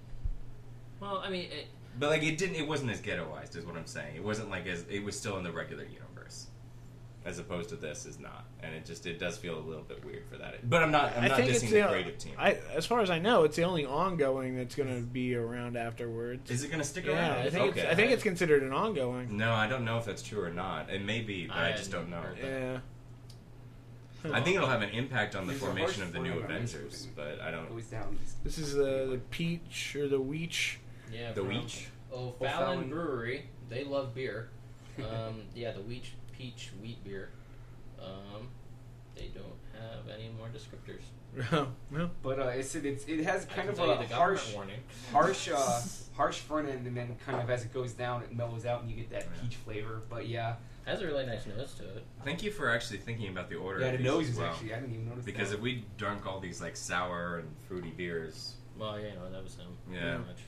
well. I mean, it, but like it didn't. It wasn't as ghettoized, is what I'm saying. It wasn't like as it was still in the regular universe, as opposed to this is not. And it just it does feel a little bit weird for that. But I'm not. I'm I not think dissing it's the the creative team. I, as far as I know, it's the only ongoing that's going to be around afterwards. is it going to stick yeah, around? I think, okay. it's, I think it's considered an ongoing. no, I don't know if that's true or not. It may be, but I, I just don't know. hadn't Yeah, I think it'll have an impact on the There's a formation harsh of the new line around this Avengers, movie. but I don't. Goes down. this is the the peach or the weech. (laughs) yeah, The from Weech. O'Fallon O'Fallon. Brewery. They love beer. Um, (laughs) yeah, the Weech Peach Wheat Beer. Um, they don't have any more descriptors. Oh, no. But uh, it's, it's it has I kind can of tell a you the harsh, government warning. harsh, (laughs) uh, harsh front end, and then kind of as it goes down, it mellows out, and you get that Yeah. peach flavor. But yeah, Has a really nice nose to it. Thank you for actually thinking about the order. yeah, of the these nose as is well. actually I didn't even notice Because that. if we drunk all these like sour and fruity beers, Well, you know that was him. Yeah. Pretty much.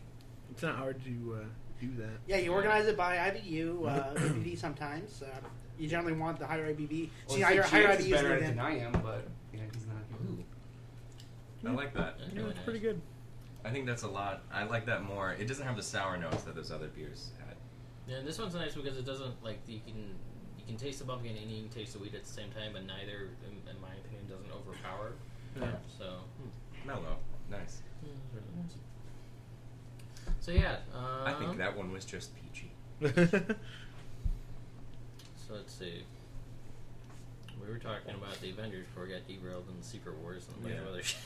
It's not hard to uh, do that. Yeah, you organize it by IBU, (laughs) uh, ABV sometimes. Uh, you generally want the higher ABV. See, higher, James higher IBV is is better better at it than than I am, but yeah, he's not. Ooh, I like that. that's Yeah, really it's nice. pretty good. I think that's a lot. I like that more. It doesn't have the sour notes that those other beers had. Yeah, this one's nice because it doesn't like you can you can taste the pumpkin and you can taste the wheat at the same time, but neither, in, in my opinion, doesn't overpower. Yeah. So, Mellow, nice. so yeah. Um, I Uh-huh. think that one was just peachy. (laughs) So let's see. We were talking about the Avengers before we got derailed in the Secret Wars and a bunch of Yeah. other shit.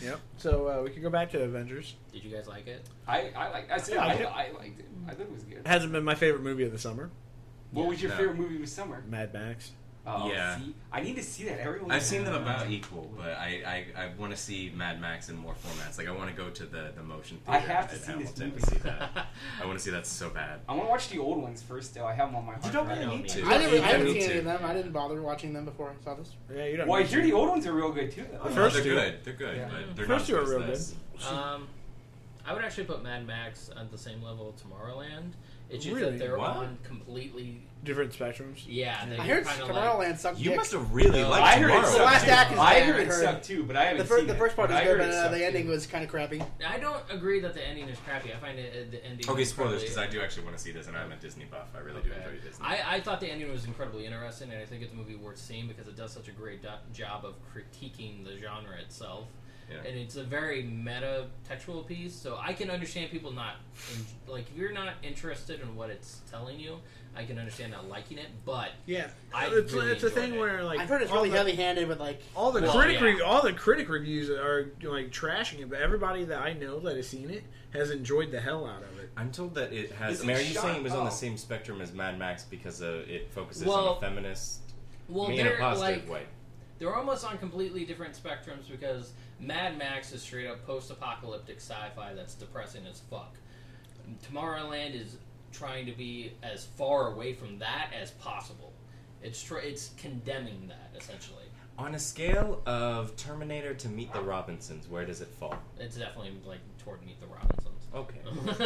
yep. So uh, we can go back to Avengers. (laughs) Did you guys like it? I I like I said Yeah, I, I do. I liked it. I thought it was good. It hasn't been my favorite movie of the summer. What was your No. favorite movie of the summer? Mad Max. Oh, Yeah. see? I need to see that. Everyone. I've seen them about equal, but I, I, I want to see Mad Max in more formats. Like I want to go to the, the motion I theater have to at see this Hamilton movie. to see (laughs) that. I want to see that so bad. I want to watch the old ones first, though. I have them on my hard You don't drive. really need to. I, never, I You don't haven't seen need any of to. them. I didn't bother watching them before I saw this. Yeah, you don't. Well, I need hear to. the old ones are real good too, though. Oh, no, first they're two- good. They're good, Yeah. but they're First not two are as real good good. as Um, I would actually put Mad Max at the same level of Tomorrowland. It's just Really? that they're What? on completely. Different spectrums. Yeah, they I heard kind of Tomorrowland like. sucked You dick. must have really No, liked I heard it Tomorrowland. sucked. The last too. act is I bad, heard I it heard. sucked too, but I haven't the, fir- seen the it. first part But was I good, heard but it uh, sucked, the ending too. was kind of crappy. I don't agree that the ending is crappy. I find it, uh, the ending. Okay, is spoilers, probably- because I do actually want to see this, and I'm a Disney buff. I really do Okay. enjoy Disney. I, I thought the ending was incredibly interesting, and I think it's a movie worth seeing because it does such a great do- job of critiquing the genre itself. Yeah. And it's a very meta textual piece, so I can understand people not in, like if you're not interested in what it's telling you, I can understand not liking it. But Yeah, I it's really it's a enjoyed thing it. where like I've heard it's all really the- heavy-handed with like. All the Well, critic yeah. re- all the critic reviews are like trashing it, but everybody that I know that has seen it has enjoyed the hell out of it. I'm told that it has. Is I it mean, are you shot saying it was on the up? same spectrum as Mad Max because uh, it focuses on Well- a feminist, well, I mean, in a they're positive like way? they're almost on completely different spectrums because Mad Max is straight up post-apocalyptic sci-fi that's depressing as fuck. Tomorrowland is trying to be as far away from that as possible. It's tr- it's condemning that essentially. On a scale of Terminator to Meet the Robinsons, where does it fall? It's definitely like toward Meet the Robinsons. Okay.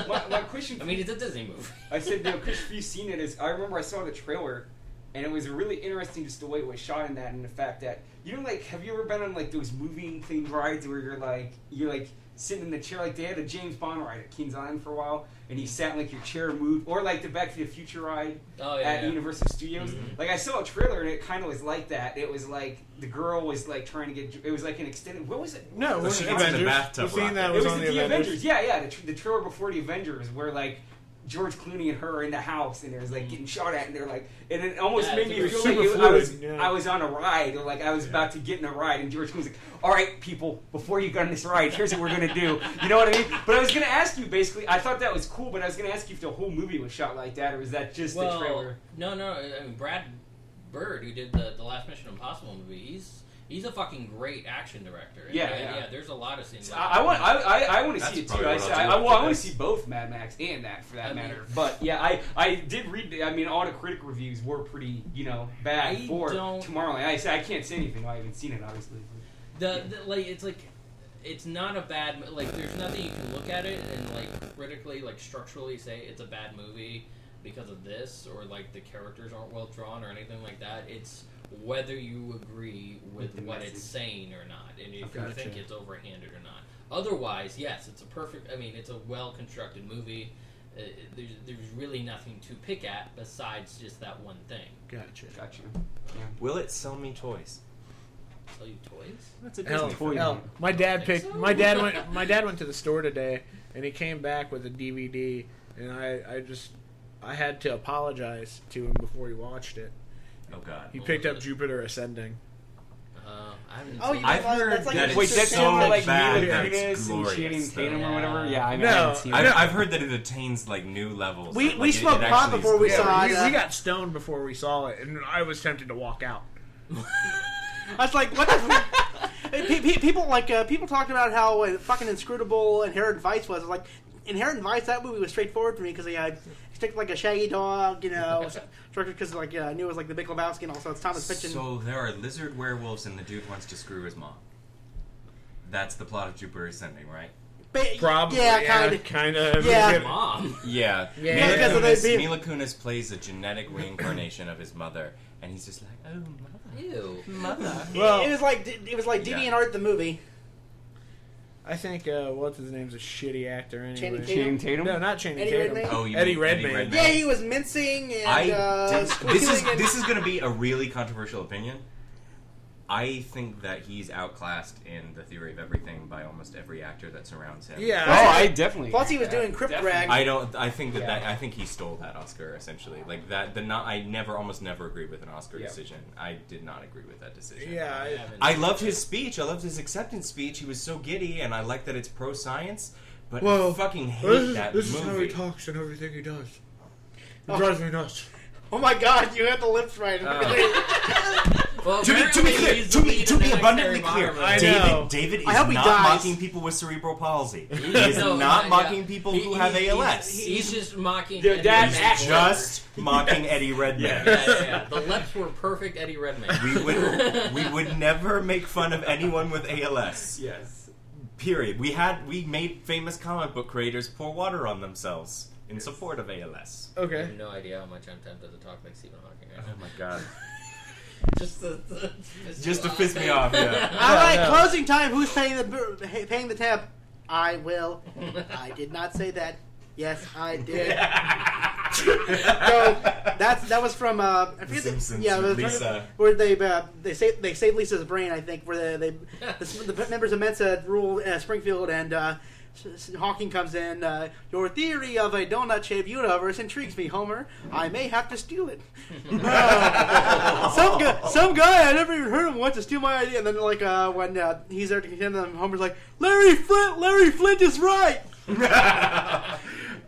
My, my (laughs) question. I For mean, you, it's a Disney movie. I said, no, question for you seen it is. I remember I saw the trailer, and it was really interesting just the way it was shot in that, and the fact that you know, like, have you ever been on like those moving thing rides where you're like, you're like sitting in the chair, like they had a James Bond ride at Kings Island for a while, and you sat in, like your chair moved, or like the Back to the Future ride. Oh yeah. at yeah. Universal Studios. Mm-hmm. Like I saw a trailer and it kind of was like that. It was like the girl was like trying to get. It was like an extended. What was it? No, So it was she the gets in the Avengers. bathtub You've seen rocket. that It was, was on the, the, Avengers. Yeah, yeah. The, tr- the trailer before the Avengers, where like George Clooney and her are in the house and there's like getting shot at, and they're like, and it almost Yeah, made it's me like- feel It's like super it, I was fluid, yeah. I was on a ride or like I was about to get in a ride, and George Clooney's like, "All right, people, before you get on this ride, here's what we're gonna do." You know what I mean? But I was gonna ask you basically. I thought that was cool, but I was gonna ask you if the whole movie was shot like that, or was that just the well, trailer? no, no. I mean, Brad Bird, who did the the last Mission Impossible movie, he's he's a fucking great action director. And, Yeah, uh, yeah. There's a lot of scenes. like I, I that. want I, I, I want to That's see it too. probably I, what I'll do I, I, well, I after want to this. see both Mad Max and that for that I mean- matter. but yeah, I, I did read. the- I mean, all the critic reviews were pretty you know bad I for don't- Tomorrowland. I say I can't say anything. I haven't seen it obviously. The, the like it's like it's not a bad mo- like there's nothing you can look at it and like critically like structurally say it's a bad movie because of this or like the characters aren't well drawn or anything like that. It's whether you agree with With the what message. it's saying or not and if you Gotcha. think it's overhanded or not. Otherwise, yes, it's a perfect I mean, it's a well-constructed movie. Uh, there's, there's really nothing to pick at besides just that one thing. Gotcha. Gotcha. Will it sell me toys? Sell you toys? (laughs) That's a Hell, Disney hell, film. my dad Think picked. so? My dad went. My dad went to the store today, and he came back with a DVD, and I, I just, I had to apologize to him before he watched it. Oh God. He picked up Jupiter Ascending. Uh, I haven't Oh, seen you I've realize heard that's like that a it's Wait, so that's sister- the one where, like bad Mila that it's Kunis and glorious, Channing though. Tatum or whatever. Yeah. Yeah, I, mean, I No, haven't seen I- it. I've, No. I've heard that it attains like new levels. We- Like, we it- it smoked pot actually is before we glorious. saw we, it. we got stoned before we saw it, and I was tempted to walk out. (laughs) I was like, what the f- Hey, (laughs) pe- pe- People like uh, people talked about how uh, fucking inscrutable Inherent Vice was. I was Like Inherent Vice, that movie was straightforward for me because I expected like a shaggy dog, you know, directed because like uh, I knew it was like the Big Lebowski, and also it's Thomas Pynchon. So there are lizard werewolves, and the dude wants to screw his mom. That's the plot of Jupiter Ascending, right? Ba- Probably, yeah, yeah, kind of. kind of. Yeah. Mom. Yeah. Yeah. Mila, Because of Kunis, the- Mila Kunis plays a genetic reincarnation of his mother, and he's just like, oh, mother. Ew. Mother. Well, it was like it was like Yeah. Deviant Art the movie. I think uh, what's his name's a shitty actor anyway. Channing Tatum. Channing Tatum. No, not Channing Eddie Tatum. Redmayne? Oh, you Eddie mean Redmayne. Eddie Yeah, he was mincing and I uh, (laughs) this is squealing and- this is going to be a really controversial opinion. I think that he's outclassed in the theory of everything by almost every actor that surrounds him. Yeah. Oh, I definitely. Plus, he was yeah, doing Crip definitely. Rag. I don't. I think that, that Yeah. I think he stole that Oscar essentially. Like that. The not. I never, almost never agree with an Oscar Yeah. decision. I did not agree with that decision. Yeah, I I, haven't. I loved his speech. I loved his acceptance speech. He was so giddy, and I like that it's pro science. But Well, I fucking hate this, is, that this is how movie. he talks and everything he does. It Oh. drives me nuts. Oh my god, you had the lips right. Oh. (laughs) Well, To be, to be apparently clear, he's to be, lead to be in abundantly Dexterity clear, Barber. I know. David, David is I hope not he dies. mocking people with cerebral (laughs) palsy. He is No, not yeah. mocking people He- who he- have he's- ALS. He's, just mocking. Yeah, Eddie that's Redmayne. actually- just mocking Eddie Redmayne. (laughs) Yeah, yeah, yeah. The leps were perfect Eddie Redmayne. We would we (laughs) would never make fun of anyone with ALS. Yes. Period. We had we made famous comic book creators pour water on themselves in support of ALS. I Okay. have no idea how much I'm tempted to talk like Stephen Hawking right Oh now. my (laughs) god. Just to, to piss Just you to piss me off, (laughs) yeah. All right, no. closing time. Who's paying the bur- hey, paying the tab? I (laughs) will. I did not say that. Yes, I did. (laughs) so that's that was from uh, I forget the- Simpsons yeah, it with was- Lisa. where they uh, they saved they saved Lisa's brain. I think where they, they the, the members of Mensa rule uh, Springfield and. Uh, S- S- Hawking comes in. Uh, Your theory of a donut-shaped universe intrigues me, Homer. I may have to steal it. (laughs) some guy, some guy I never even heard of wants to steal my idea. And then like uh, when uh, he's there to contend them, Homer's like, Larry Flint, Larry Flint is right.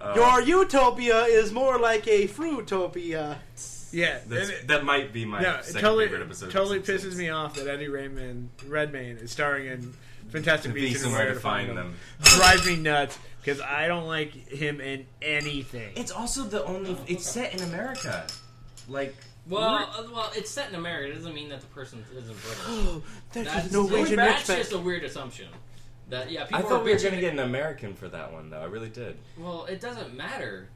Oh. Your utopia is more like a fruitopia. Yeah. That's, and it- that might be my no, it second totally, favorite episode. of totally The Simpsons. pisses me off that Eddie Raymond Redmayne is starring in Fantastic To Beasts be and somewhere to find them. (laughs) Drives me nuts because I don't like him in anything. It's also the only. It's set in America. Like. Well, uh, well, it's set in America. It doesn't mean that the person isn't British. (gasps) Oh, there's That's, just no way that's to just respect. a weird assumption. That yeah, people I thought are we were bitching- going to get an American for that one, though. I really did. Well, it doesn't matter.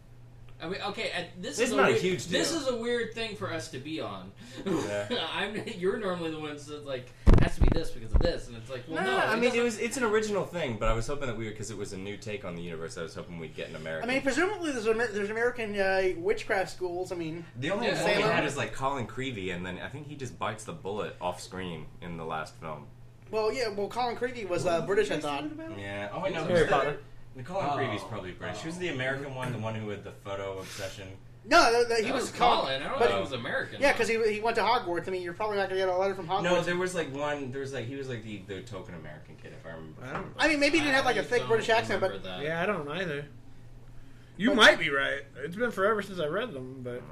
I mean, okay, at, this It's is not a weird, huge This deal. is a weird thing for us to be on. Yeah. (laughs) I'm you're normally the ones that like has to be this because of this, and it's like, well, no, I it mean doesn't- it was. It's an original thing, but I was hoping that we were because it was a new take on the universe. I was hoping we'd get an I American. mean, presumably there's Amer- there's American uh, witchcraft schools. I mean, the only Yeah, one we Salem. had is like Colin Creevy, and then I think he just bites the bullet off screen in the last film. well, yeah, well, Colin Creevy was uh, British, I thought. Yeah. Oh, I know. Harry who's Potter. The Colin Oh. Creevy's probably British. Who's the American one? The one who had the photo obsession. No, th- th- he that was was, Colin. I don't but- know if it was American. Yeah, because he, he went to Hogwarts. I mean, you're probably not gonna get a letter from Hogwarts. No, there was like one. There was like he was like the, the token American kid, if I remember. I don't. I mean, maybe he didn't have like a I thick don't British accent, remember but that. Yeah, I don't either. You But- might be right. It's been forever since I read them, but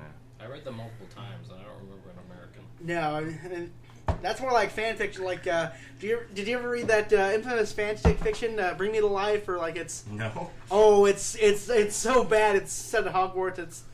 I read them multiple times, and I don't remember an American. no, I mean, that's more like fan fiction. Like, uh, do you did you ever read that uh, infamous fantastic fiction, uh, Bring Me to Life, or like it's No. oh, it's it's it's so bad. It's set at Hogwarts. It's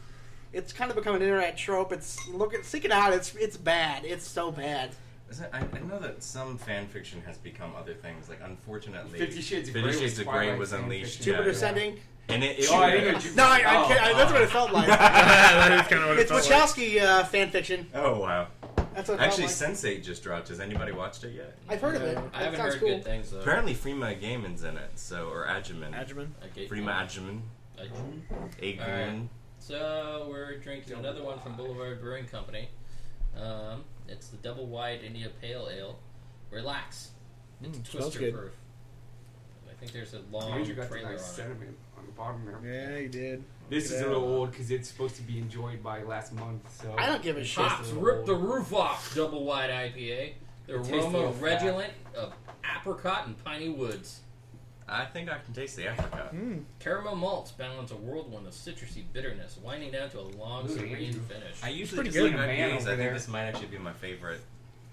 it's kind of become an internet trope. It's look at seek it out. It's it's bad. It's so bad. Is it, I, I know that some fan fiction has become other things. Like, unfortunately, Fifty Shades of Grey Fifty was Shades of Grey Twilight was fan unleashed. fiction. Yeah, Jupiter yeah. Ascending. And it, it Oh, I didn't know No, I, I Oh, can't, I, that's oh. what it (laughs) felt (laughs) (laughs) like. that is kind of what it's it felt like. Wachowski uh, fan fiction. Oh wow! That's what it Actually, felt like. Sense8 just dropped. Has anybody watched it yet? I've heard of it. I haven't that sounds heard cool. good things though. Apparently, Freema Gaiman's in it. So, or Ajiman. Adjiman. Okay, Freema Ajiman. I- Agun. So we're drinking another one from Boulevard Brewing Company. Um, it's the double wide India Pale Ale. Relax. It's smells twister good. proof. I think there's a long Andrew got the trailer on nice it. sentiment on the bottom there. Yeah, you did. This is a Yeah. little old because it's supposed to be enjoyed by last month. So I don't give a It's shit. just a Pops little rip old. the roof off. Double wide IPA. The It tastes a little aroma fat. redolent of apricot and piney woods. I think I can taste the apricot. Mm, Caramel malts balance a whirlwind of citrusy bitterness, winding down to a long, Ooh, serene Andrew. I finish. usually pretty just good. like Man IPAs. I over think there. this might actually be my favorite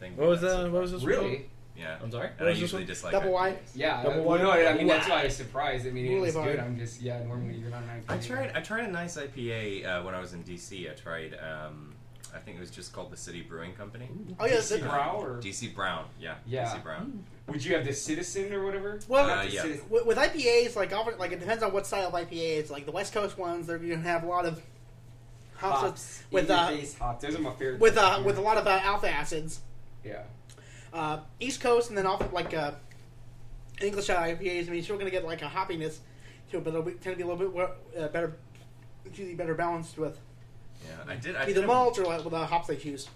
thing. What was that's- that? What was this? Really? Yeah. I'm sorry? And I was this usually one? just like Double wide. IPAs. Yeah. Double well, no, I mean that's wide. why I was surprised. I mean, it was Boulevard. good. I'm just yeah. Normally you're not an IPA. I tried. I tried a nice IPA uh, when I was in DC. I tried. Um, I think it was just called the City Brewing Company. Oh yeah, DC the- Brow or DC Brown. Yeah. Yeah. DC Brown. would you have the Citizen or whatever? Well, Not the yeah. Citizen. With, with IPAs, like often, like it depends on what style of IPA. It's like the West Coast ones; they're gonna have a lot of hops, Hops. with In your uh, face hops. Those are my favorite. with uh, types. with a lot of uh, alpha acids. yeah. Uh, East Coast, and then often like uh, English IPAs. I mean, still gonna get like a hoppiness to it, but it'll be, tend to be a little bit wor- uh, better, usually better balanced with Yeah. I did. I did, either have, malt or like, with the hops they choose.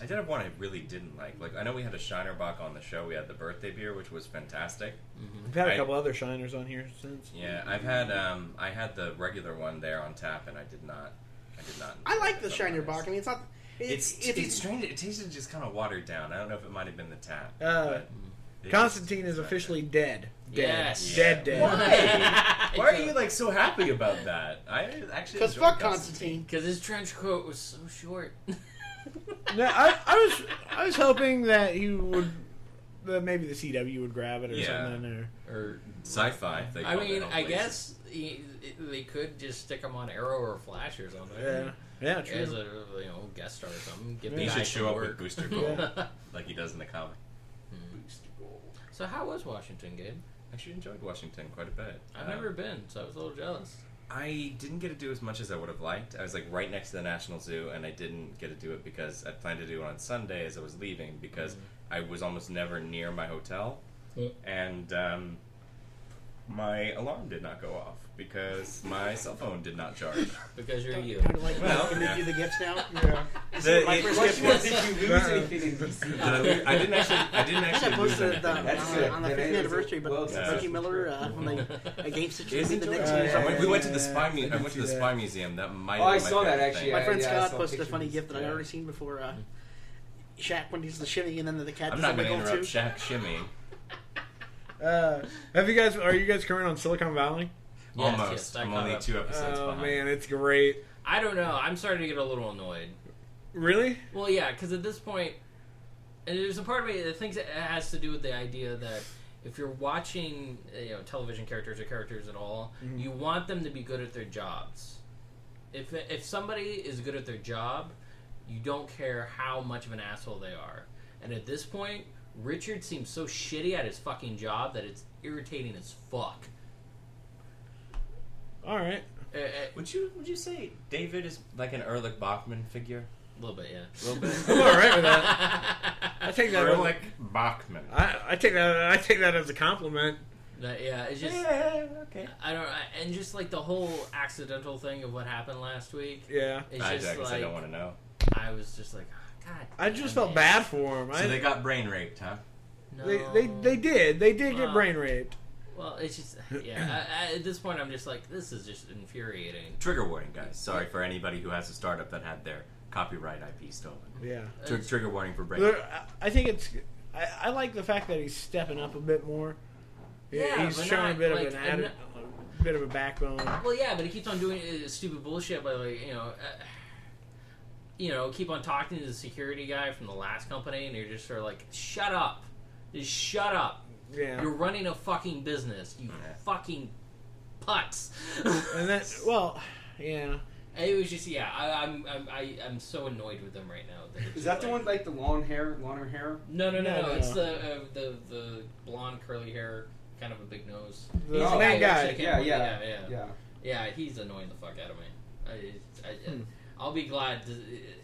I did have one I really didn't like. Like I know we had a Shinerbach on the show. We had the birthday beer, which was fantastic. We've had I- a couple other shiners on here since. Yeah. I've had. Um, I had the regular one there on tap, and I did not. I did not. I like the enjoy it. Shiner Bock. I mean, it's not. It's It's it's, it's strange. It tasted just kind of watered down. I don't know if it might have been the tap. Uh, but Constantine is officially dead. Yes. Dead, dead. Why? Why (laughs) are you like so happy about that? I actually Because enjoy fuck Constantine. Because his trench coat was so short. (laughs) No, I, I was I was hoping that he would that maybe the CW would grab it or Yeah. something or or sci-fi. They I call it mean, in I places. guess he, they could just stick him on Arrow or Flash or something. yeah yeah As true. a you know guest star or something. Get Yeah. the he guy should show some up work. with Booster (laughs) Gold Yeah. like he does in the comic. So how was Washington game? I actually enjoyed Washington quite a bit. I've Uh, never been, so I was a little jealous. I didn't get to do as much as I would have liked. I was like right next to the National Zoo, and I didn't get to do it because I planned to do it on Sunday as I was leaving because Mm. I was almost never near my hotel, Yeah. and um, my alarm did not go off because my cell phone did not charge. Because you're you. Kind of like Well, (laughs) can yeah. we do the gifts now? Yeah. The- my it- first Question gift was, did was. you lose anything in DC? the- I didn't actually. I didn't I got actually lose posted anything. uh, That's on, good. the- on the That 50th is anniversary, but well Yeah. Ricky Miller uh, when they against it the next year. Yeah, we went to the yeah, spy. mu- yeah. I went to the I spy can see that. museum. That might. Oh, have I been my saw that, favorite actually. thing. Yeah, My friend yeah, I Scott saw posted a funny pictures. gift that I'd Yeah. already seen before. Uh, Shaq when he's the shimmy and then the cat. I'm does not the going to wiggle interrupt too. Shaq Shimmy. Uh, have you guys are you guys current on Silicon Valley? Yes, Almost. yes, I I'm caught only up. two episodes Oh behind. man, it's great. I don't know. I'm starting to get a little annoyed. Really? Well, yeah, because at this point, and there's a part of me that thinks it has to do with the idea that if you're watching, uh, you know, television characters or characters at all, Mm-hmm. you want them to be good at their jobs. If if somebody is good at their job, you don't care how much of an asshole they are. And at this point, Richard seems so shitty at his fucking job that it's irritating as fuck. All right. Uh, uh, Would you would you say David is like an Erlich Bachman figure? a little bit, yeah. A (laughs) little bit. I'm all right with that. I take that. as- Erlich Bachman. I, I take that. I take that as a compliment. But, yeah, it's just yeah, okay. I don't I- and just like the whole accidental thing of what happened last week. Yeah. It's I, just I guess like I don't want to know. I was just like, "Ah, God. I just damn felt it." bad for him. I, So they got brain raped, huh? No. they, they they did. They did get Wow. brain raped. Well, it's just yeah. I, I, at this point, I'm just like, this is just infuriating. Trigger warning, guys. Sorry for anybody who has a startup that had their copyright IP stolen. Yeah. Tr- trigger warning for brain. There, I- I think it's. I, I like the fact that he's stepping up a bit more. He- Yeah, he's but showing not, a bit like, of an atti- a bit of a backbone. Well, yeah, but he keeps on doing uh, stupid bullshit by like you know, uh, you know, keep on talking to the security guy from the last company, and you're just sort of like, shut up, just shut up. Yeah, You're running a fucking business, you Yeah. fucking putz. (laughs) and that well, yeah. It was just yeah. I, I'm I'm I, I'm so annoyed with them right now. That it's Is just that the like- one with, like the long hair, longer hair? No, no, no, No, no. no, It's no. the uh, the the blonde curly hair, kind of a big nose. Oh, The He's a main guy, guy. chicken. Yeah, yeah, yeah, yeah, yeah. Yeah. Yeah, he's annoying the fuck out of me. I, I, I, I'll be glad. To,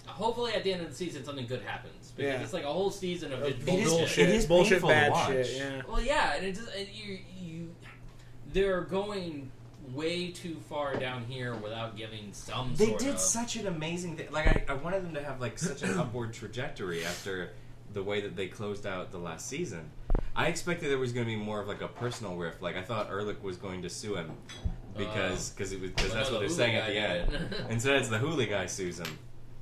hopefully, at the end of the season, something good happens because Yeah. it's like a whole season of It just is- bullshit. it is bullshit, painful to bad watch. shit. Yeah, Well, yeah, and it just and you you they're going way too far down here without giving some. They sort did of, such an amazing thing. Like I, I wanted them to have like such (clears throat) an upward trajectory after the way that they closed out the last season. I expected there was going to be more of like a personal rift. Like I thought Ehrlich was going to sue him uh, because cause it was because Well, that's no, what the they're saying at Hulu the guy end. (laughs) did. Instead, it's the Hooli guy sues him.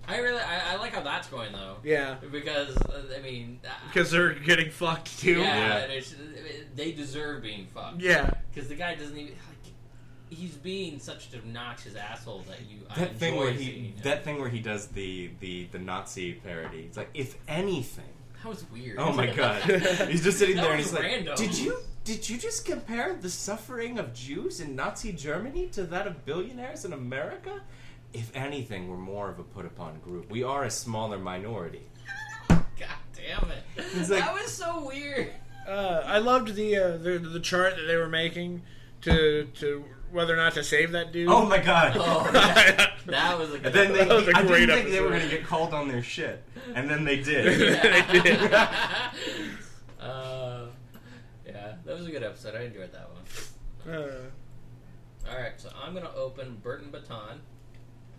I really I, I like how that's going though. yeah. Because uh, I mean, uh, Because they're getting fucked yeah, too. Yeah. and it's- they deserve being fucked. Yeah. because the guy doesn't even. Like, he's being such an obnoxious asshole that you. I That thing where enjoy he seeing him. that thing where he does the the the Nazi parody. It's like if anything. That was weird. Oh (laughs) my god. he's just sitting That there and was he's like, random. "Did you did you just compare the suffering of Jews in Nazi Germany to that of billionaires in America? If anything, we're more of a put upon group. We are a smaller minority." god damn it! He's like- that was so weird. Uh, I loved the, uh, the the chart that they were making to to whether or not to save that (laughs) dude. Oh my god. Oh, (laughs) yeah. That was a (laughs) good And then they, That was a I didn't great think they were episode. going to get called on their shit, and (laughs) then (laughs) they did. (laughs) Yeah. They did. (laughs) uh, yeah, that was a good episode. I enjoyed that one. Uh, All right, so I'm gonna open Burton Baton.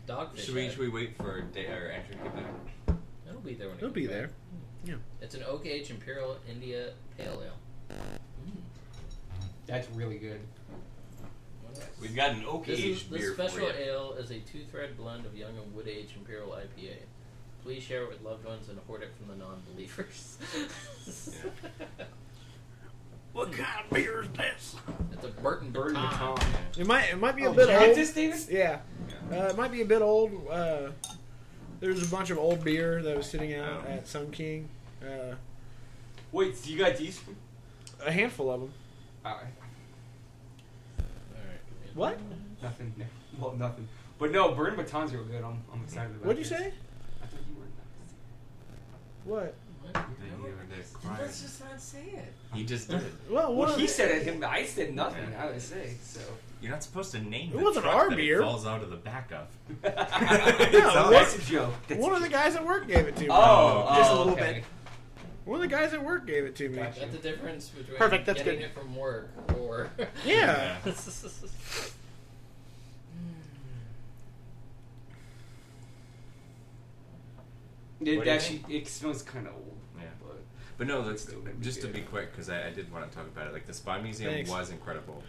Dogfish. should we Head. should we wait for day or Andrew to get back? It'll be there when it It'll comes be back. there. Yeah. It's an oak age imperial India pale ale. Mm, That's really good. What else? We've got an oak This, is, aged this beer for special you. ale is a two-thread blend of young and wood-aged imperial IPA. Please share it with loved ones and hoard it from the non-believers. What kind of beer is this? It's a Burton Burn the Baton. Tom. It might it might be a Oh, bit You get old. this, David? Yeah, uh, it might be a bit old. Uh, there's a bunch of old beer that was sitting out Oh. at Sun King. Uh, Wait, so you got these? a handful of them. All right. Alright. What? Nothing. No. Well, nothing. But no, Burn Baton's real good. I'm, I'm excited about What'd you this. say? I thought you weren't. What? What? Let's just not say it. He just did it. Well, Well, one he of said it. Him, I said nothing. I would say (laughs) so. You're not supposed to name It the wasn't truck our that it beer. falls out of the back of. No, what- that's a joke. the, That's one a of the joke. guys at work gave it to me. Oh, oh, Just a little okay. One of the guys at work gave it to me. Gotcha. That's the difference between Perfect, that's getting good. it from work (laughs) or Yeah. It, What do you actually, it smells kind of old. Yeah. But But no, let's just to Yeah. be quick because I, I did want to talk about it. Like the spy museum Thanks. Oh. was incredible.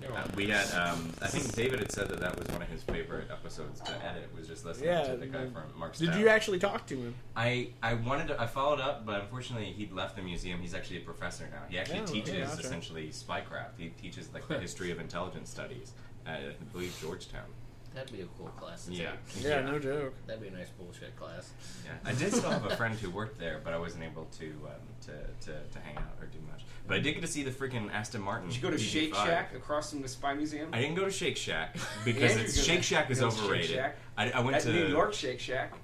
You're Uh, welcome. we had, um, I think David had said that that was one of his favorite episodes to edit. Was just listening Yeah, to the guy the- from Mark. Did Stout. you actually talk to him? I I wanted to I followed up, but unfortunately he'd left the museum. He's actually a professor now. He actually Oh, okay, teaches gotcha. essentially spycraft. He teaches like (laughs) the history of intelligence studies at I believe Georgetown. That'd be a cool class. to Yeah. take. Yeah, no joke. That'd be a nice bullshit class. Yeah. I did still have a friend who worked there, but I wasn't able to um, to, to to hang out or do much. But I did get to see the freaking Aston Martin. did you go to DB5. Shake Shack across from the Spy Museum? I didn't go to Shake Shack (laughs) Yeah, because you it's, go Shake to- Shack is go to Shake overrated. Shack. I, I went At to New York Shake Shack.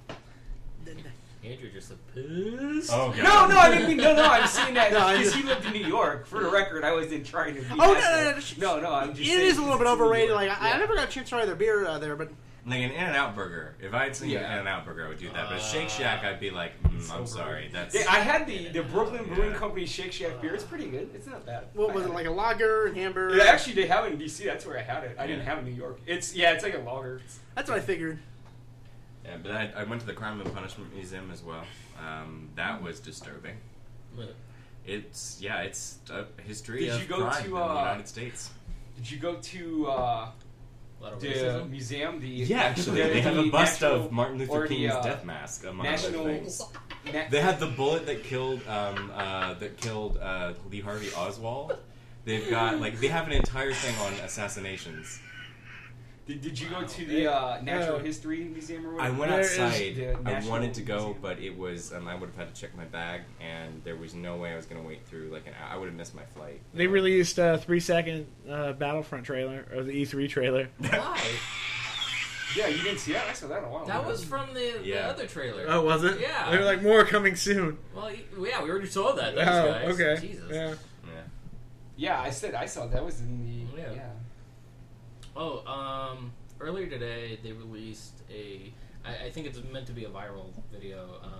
Andrew just a pissed. Oh god. No, no, I didn't mean no, no. I'm (laughs) saying (laughs) that No, I because just- he lived in New York. For the record, I wasn't trying to. Be no, that, no, no, but- sh- no, no. I'm It just. saying is a little bit 'cause it's in New overrated. York. Like I, Yeah. I never got a chance to try their beer uh, there, but Like an In-N-Out burger. If I had seen Yeah. an In-N-Out burger, I would do that. But Ah. Shake Shack, I'd be like, mm, I'm overrated. sorry. That's Yeah, I had the, the Brooklyn Brewing Yeah. Company Shake Shack beer. It's pretty good. It's not bad. what I was had it like a lager and hamburger? Yeah, actually, they have it in DC. That's where I had it. I didn't Yeah. have it in New York. It's yeah, it's like a lager. That's what I figured. Yeah, but I, I went to the Crime and Punishment Museum as well. Um, that was disturbing. It's yeah, it's a history Did of you go crime to, in the uh, United States. Did you go to uh, A lot of (laughs) the racism. museum? The Yeah, actually, the- they have the a bust national- of Martin Luther or the, King's uh, death mask among national- other things. na- They had the bullet that killed um, uh, that killed uh, Lee Harvey Oswald. They've got like they have an entire thing on assassinations. did, did you go to They- the uh, Natural uh, History Museum or I whatever? went Where is outside. the I National wanted to go, Museum? but it was um, I would have had to check my bag, and there was no way I was going to wait through like an hour. I would have missed my flight. They released a three second uh, Battlefront trailer or the E3 trailer. Why? Yeah, you didn't see that. I saw that in a while. That ago. was from the, the Yeah. other trailer. Oh, Oh, was it? Yeah. They were like more coming soon. Well, y- yeah, we already saw that. Those oh, guys. okay. Jesus. Yeah. Yeah. Yeah, I said I saw that was in the Yeah. yeah. Oh, um, earlier today they released a. I, I think it's meant to be a viral video um,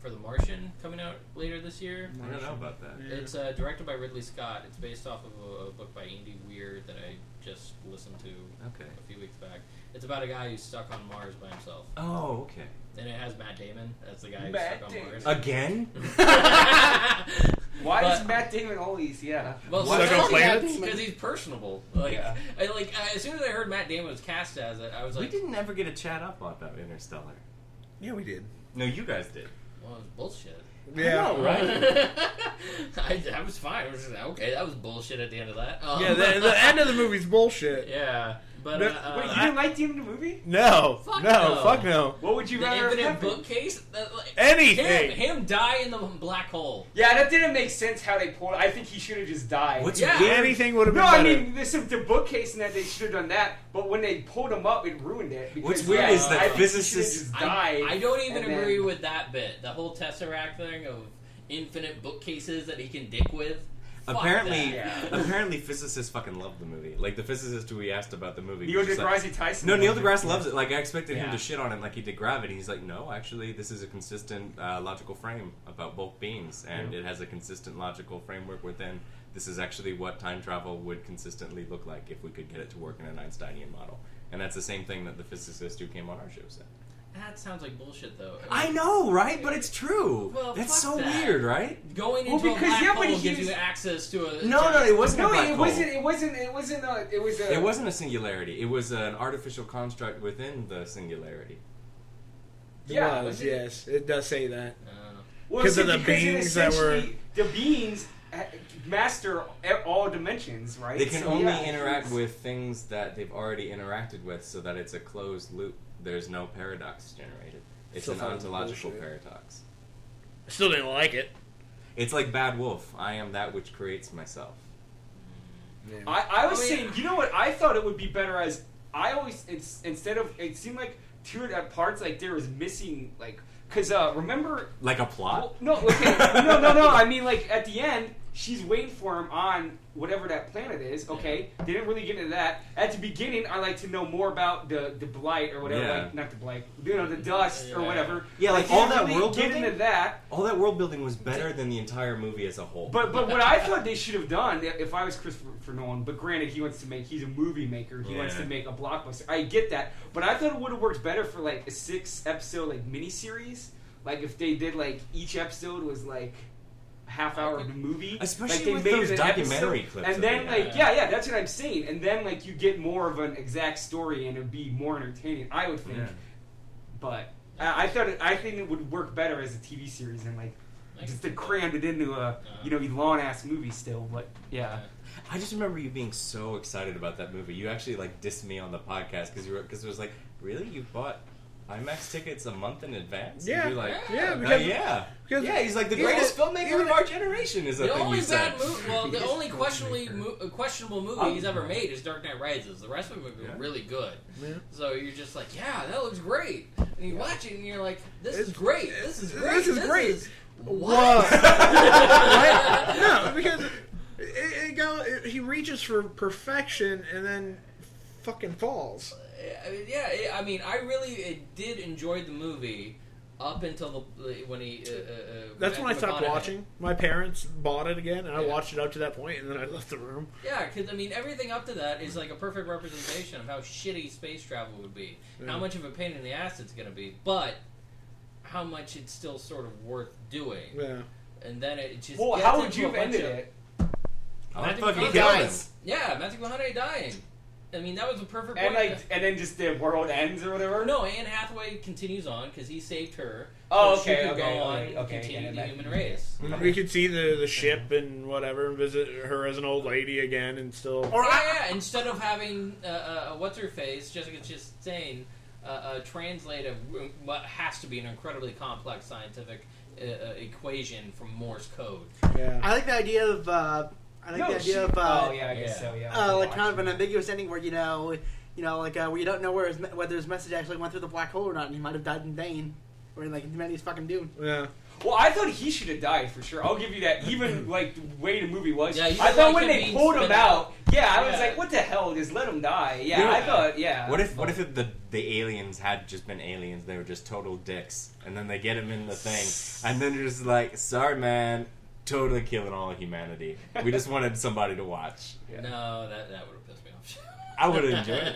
for The Martian coming out later this year. I don't know about that. Yeah. It's uh, directed by Ridley Scott. It's based off of a, a book by Andy Weir that I just listened to Okay. a few weeks back. It's about a guy who's stuck on Mars by himself, Oh, okay. and it has Matt Damon as the guy who's Matt stuck Damon. on Again? (laughs) Mars. Why But- is Matt Damon always yeah? Well, What? so Stuck on planets? because he's personable. Like, Yeah. I, like I- as soon as I heard Matt Damon was cast as it, I was We like, didn't ever get a chat up on that Interstellar. Yeah, we did. No, you guys did. "Well, it's bullshit." Yeah. I (laughs) know, right? I, I was fine. I was just like, okay, that was bullshit at the end of that. Um, Yeah, the, the end of the movie's (laughs) bullshit. yeah, but No, uh, uh, Wait, you didn't like the end of the movie? No. Fuck no, no. fuck no. What would you the rather have infinite happened? bookcase. That, like, Anything. Him, him die in the black hole. Yeah, that didn't make sense how they pulled. I think he should have just died. What's Yeah. weird? Anything would have No, been I better. mean this is the bookcase and that they should have done that, but when they pulled him up, it ruined it. Because, What's weird yeah, is that I think he should've physicists- just I, died. I don't even and then- agree with that bit. The whole tesseract thing of infinite bookcases that he can dick with. Fuck Apparently, that. that. apparently, physicists fucking love the movie. Like the physicist who we asked about the movie. Neil was just like- deGrasse Tyson. no, Neil deGrasse loves it. Like I expected him Yeah. to shit on it, like he did gravity. He's like, no, actually, this is a consistent uh, logical frame about both beings, and it has a consistent logical framework within. This is actually what time travel would consistently look like if we could get it to work in an Einsteinian model. And that's the same thing that the physicist who came on our show said. (laughs) that sounds like bullshit, though. I know, right? But it's true. Well, That's fuck so that. weird, right? Going Well, into a because, black yeah, but hole he gives was- you access to a No, no, it wasn't. No, a black it hole. wasn't. It wasn't. It wasn't. A, it was a. It wasn't a singularity. It was an artificial construct within the singularity. Yeah, it was, was it- yes. It does say that. Uh, Well, Because see, of the because it beings that were- essentially- The beings uh, master e, all dimensions, right? They can So, only yeah, interact it's- with things that they've already interacted with, so that it's a closed loop. There's no paradox generated. It's Still an fucking ontological bullshit. paradox. Still didn't like it. It's like Bad Wolf. I am that which creates myself. Yeah. I, I was I mean- saying, you know what? I thought it would be better as I always it's, instead of it seemed like two at parts like there was missing like because uh remember Like a plot. well, no okay no no no I mean like at the end she's waiting for him on whatever that planet is okay they didn't really get into that at the beginning I like to know more about the the blight or whatever Yeah. like not the blight you know the dust or Yeah. whatever Yeah, like they all didn't that really world get building? into that All that world building was better than the entire movie as a whole. But but what I thought they should have done, if I was Christopher Nolan, but granted he wants to make, he's a movie maker, he wants Yeah. to make a blockbuster. I get that, but I thought it would have worked better for like a six episode like miniseries. Like if they did like each episode was like a half hour of the movie, Especially like, they with made those it an documentary episode, clips that and then they like had. yeah yeah that's what I'm saying, and then like you get more of an exact story and it'd be more entertaining, I would think. Yeah. But I, I thought it, I think it would work better as a TV series than like just to crammed it into a you know long ass movie still, but yeah. I just remember you being so excited about that movie. You actually like dissed me on the podcast because you were because it was like, really, you bought IMAX tickets a month in advance? And Yeah. you're like, Yeah, "Uh, because- yeah, because- (laughs) yeah. He's like the even greatest if- filmmaker even of our generation. Is a The thing only you said. bad movie, (laughs) well, the Biggest only questionably filmmaker. mo- uh, questionable movie Oh. Um, he's ever made is Dark Knight Rises. The rest of them have been Yeah. really good. Yeah. So you're just like, yeah, that looks great, and you watch it and you're like, this is It's- great. This is this great. is great. is- Whoa. (laughs) what? What? (laughs) No, because it, it go, it, he reaches for perfection and then fucking falls. I mean, yeah, it, I mean, I really uh did enjoy the movie up until the when he. Uh, uh, uh, That's when I stopped McConaughey- watching. My parents bought it again, and I Yeah. watched it up to that point, and then I (laughs) left the room. Yeah, because I mean, everything up to that is like a perfect representation of how shitty space travel would be, how Mm. Yeah. much of a pain in the ass it's going to be, but how much it's still sort of worth doing. Yeah. And then it just Well, gets how would into you a have bunch ended of- it? I Matthew fucking McConaughey killed him. dies. Yeah, Matthew McConaughey dying. I mean, that was a perfect. And point. like, and then just the world ends or whatever. no, Anne Hathaway continues on because he saved her. Oh, so okay, she could okay, go on okay, and okay, continue yeah, the that- human race. We could see the, the ship and whatever, and visit her as an old lady again, and still. yeah, yeah, instead of having uh, uh, what's her face, Jessica Chastain, uh, uh, translate a, what has to be an incredibly complex scientific uh, uh, equation from Morse code. Yeah. I like the idea of. Uh, I like No, the idea she- of. Uh, oh yeah, I guess yeah. so. Yeah, uh, like kind of an ambiguous ending where you know, you know, like uh, where you don't know where his, me- whether his message actually went through the black hole or not, and he might have died in vain, or in like humanity's fucking doom. Yeah. Well, I thought he should have died for sure. I'll give you that. (clears throat) Even like the way the movie was, Yeah, I you thought like when him they being pulled him spit out, yeah, I was Yeah. like, what the hell? Just let him die. Yeah, Yeah. I thought, yeah. What if what if it, the the aliens had just been aliens? They were just total dicks, and then they get him in the thing, and then they're just like, sorry, man, totally killing all of humanity. We just wanted somebody to watch. Yeah. No, that that would have pissed me off. I would have (laughs) enjoyed it.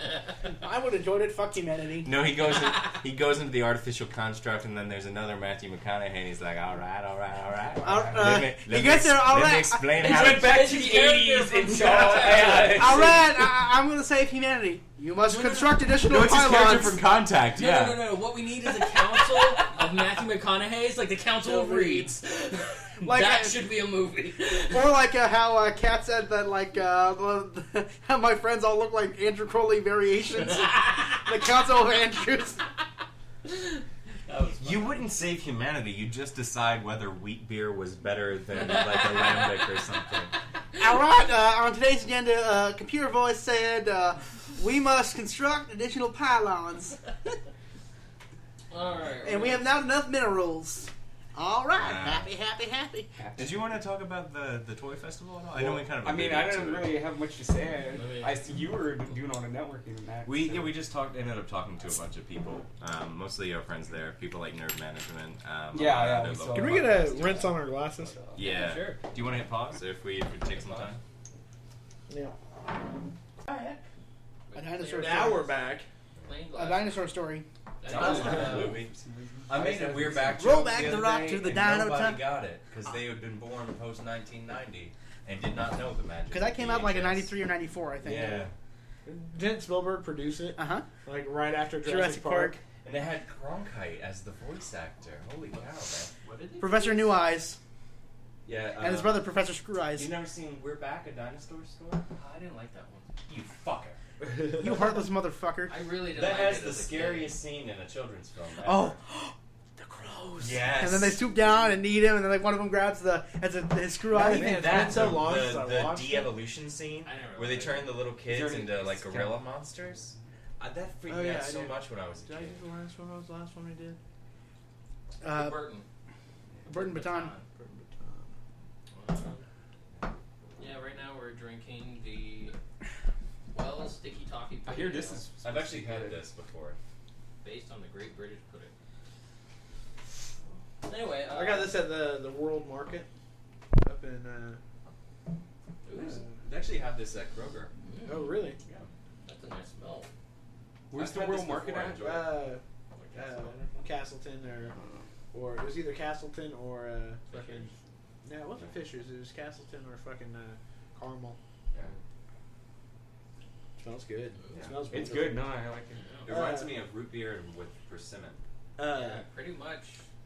I would have enjoyed it. Fuck humanity. No, he goes in, he goes into the artificial construct, and then there's another Matthew McConaughey, and he's like, "All right, all right, all right." All right, uh, me- he let me gets ex- there, all let me right. explain He how. went back to the His character '80s and from (laughs) saw. Contact. yeah. All right, I, I'm gonna save humanity. You must construct additional no, it's his character pylons. from Contact. No, yeah. no, no, no. What we need is a council of Matthew McConaughey's, like the Council of Reeds. (laughs) Like that I- should be a movie. Or like uh, how uh, Kat said that, like uh, (laughs) the- how my friends all look like Andrew (laughs) Crowley variations, the Council of Andrews. That was You wouldn't save humanity. You just decide whether wheat beer was better than like a lambic or something. All right, uh, on today's agenda, uh, computer voice said uh, we must construct additional pylons, all right. and we have not enough minerals. All right, Yeah. happy, happy, happy. Did you want to talk about the the toy festival at all? I know we kind of. I mean, alluded I to don't it. really have much to say. Let I, you were doing all the networking and that. We so. yeah we just talked ended up talking to a bunch of people, um, mostly our friends there, people like Nerd Management. Um, Yeah, yeah, Nerd we Local saw Can we get a rinse on our glasses? Yeah. Sure. Do you want to hit pause if we, if we take some time? Yeah. A dinosaur. Now we're back. Plain A glass. dinosaur story. I made a weird back Roll joke back the other rock day, to the and dino Nobody time. got it because they had been born post 1990 and did not know the magic. Because that came out in, like in a '93 or '94, I think. Yeah, Didn't Spielberg produce it? Uh huh. Like right after Jurassic, Jurassic Park? Park. and they had Cronkite as the voice actor. Holy cow, man! What did they Professor New Eyes. Yeah. and his uh, brother Professor Screw Eyes. You never seen We're Back, a dinosaur story? I didn't like that one. You fucker. You heartless motherfucker. I really didn't (laughs) That like has it the as a kid. scariest scene in a children's film. ever. Oh, (gasps) the crows. Yes. And then they swoop down and eat him, and then like one of them grabs the as a, his screw eye. Even it's that, been so the, long since I the, the watched it. de-evolution scene I never where they really- turn the little there kids any- into like it's got- gorilla monsters. Uh, that freaked Oh, me yeah, out I so did. much when I was a kid. the last one? What was the last one I did? Uh, Burton. Burton Baton. Um, yeah, right now we're drinking the Wells Sticky Toffee. I hear Pudding this Ale, is. I've actually had good. this before. based on the Great British Pudding. Anyway, uh, I got this at the the World Market up in. Uh, Ooh, I actually had this at Kroger. oh really? Mm, that's a nice smell. Where's I've the had this world market before, I at? enjoy it. Uh, Like, uh, that's all. Castleton or or it was either Castleton or uh, fucking. Fisher's. No, it wasn't Fisher's. It was Castleton or fucking uh, Carmel. Yeah. Smells good. Yeah. It smells It's wonderful. good. No, I like it. It reminds Uh, me of root beer with persimmon. Uh, yeah, pretty much.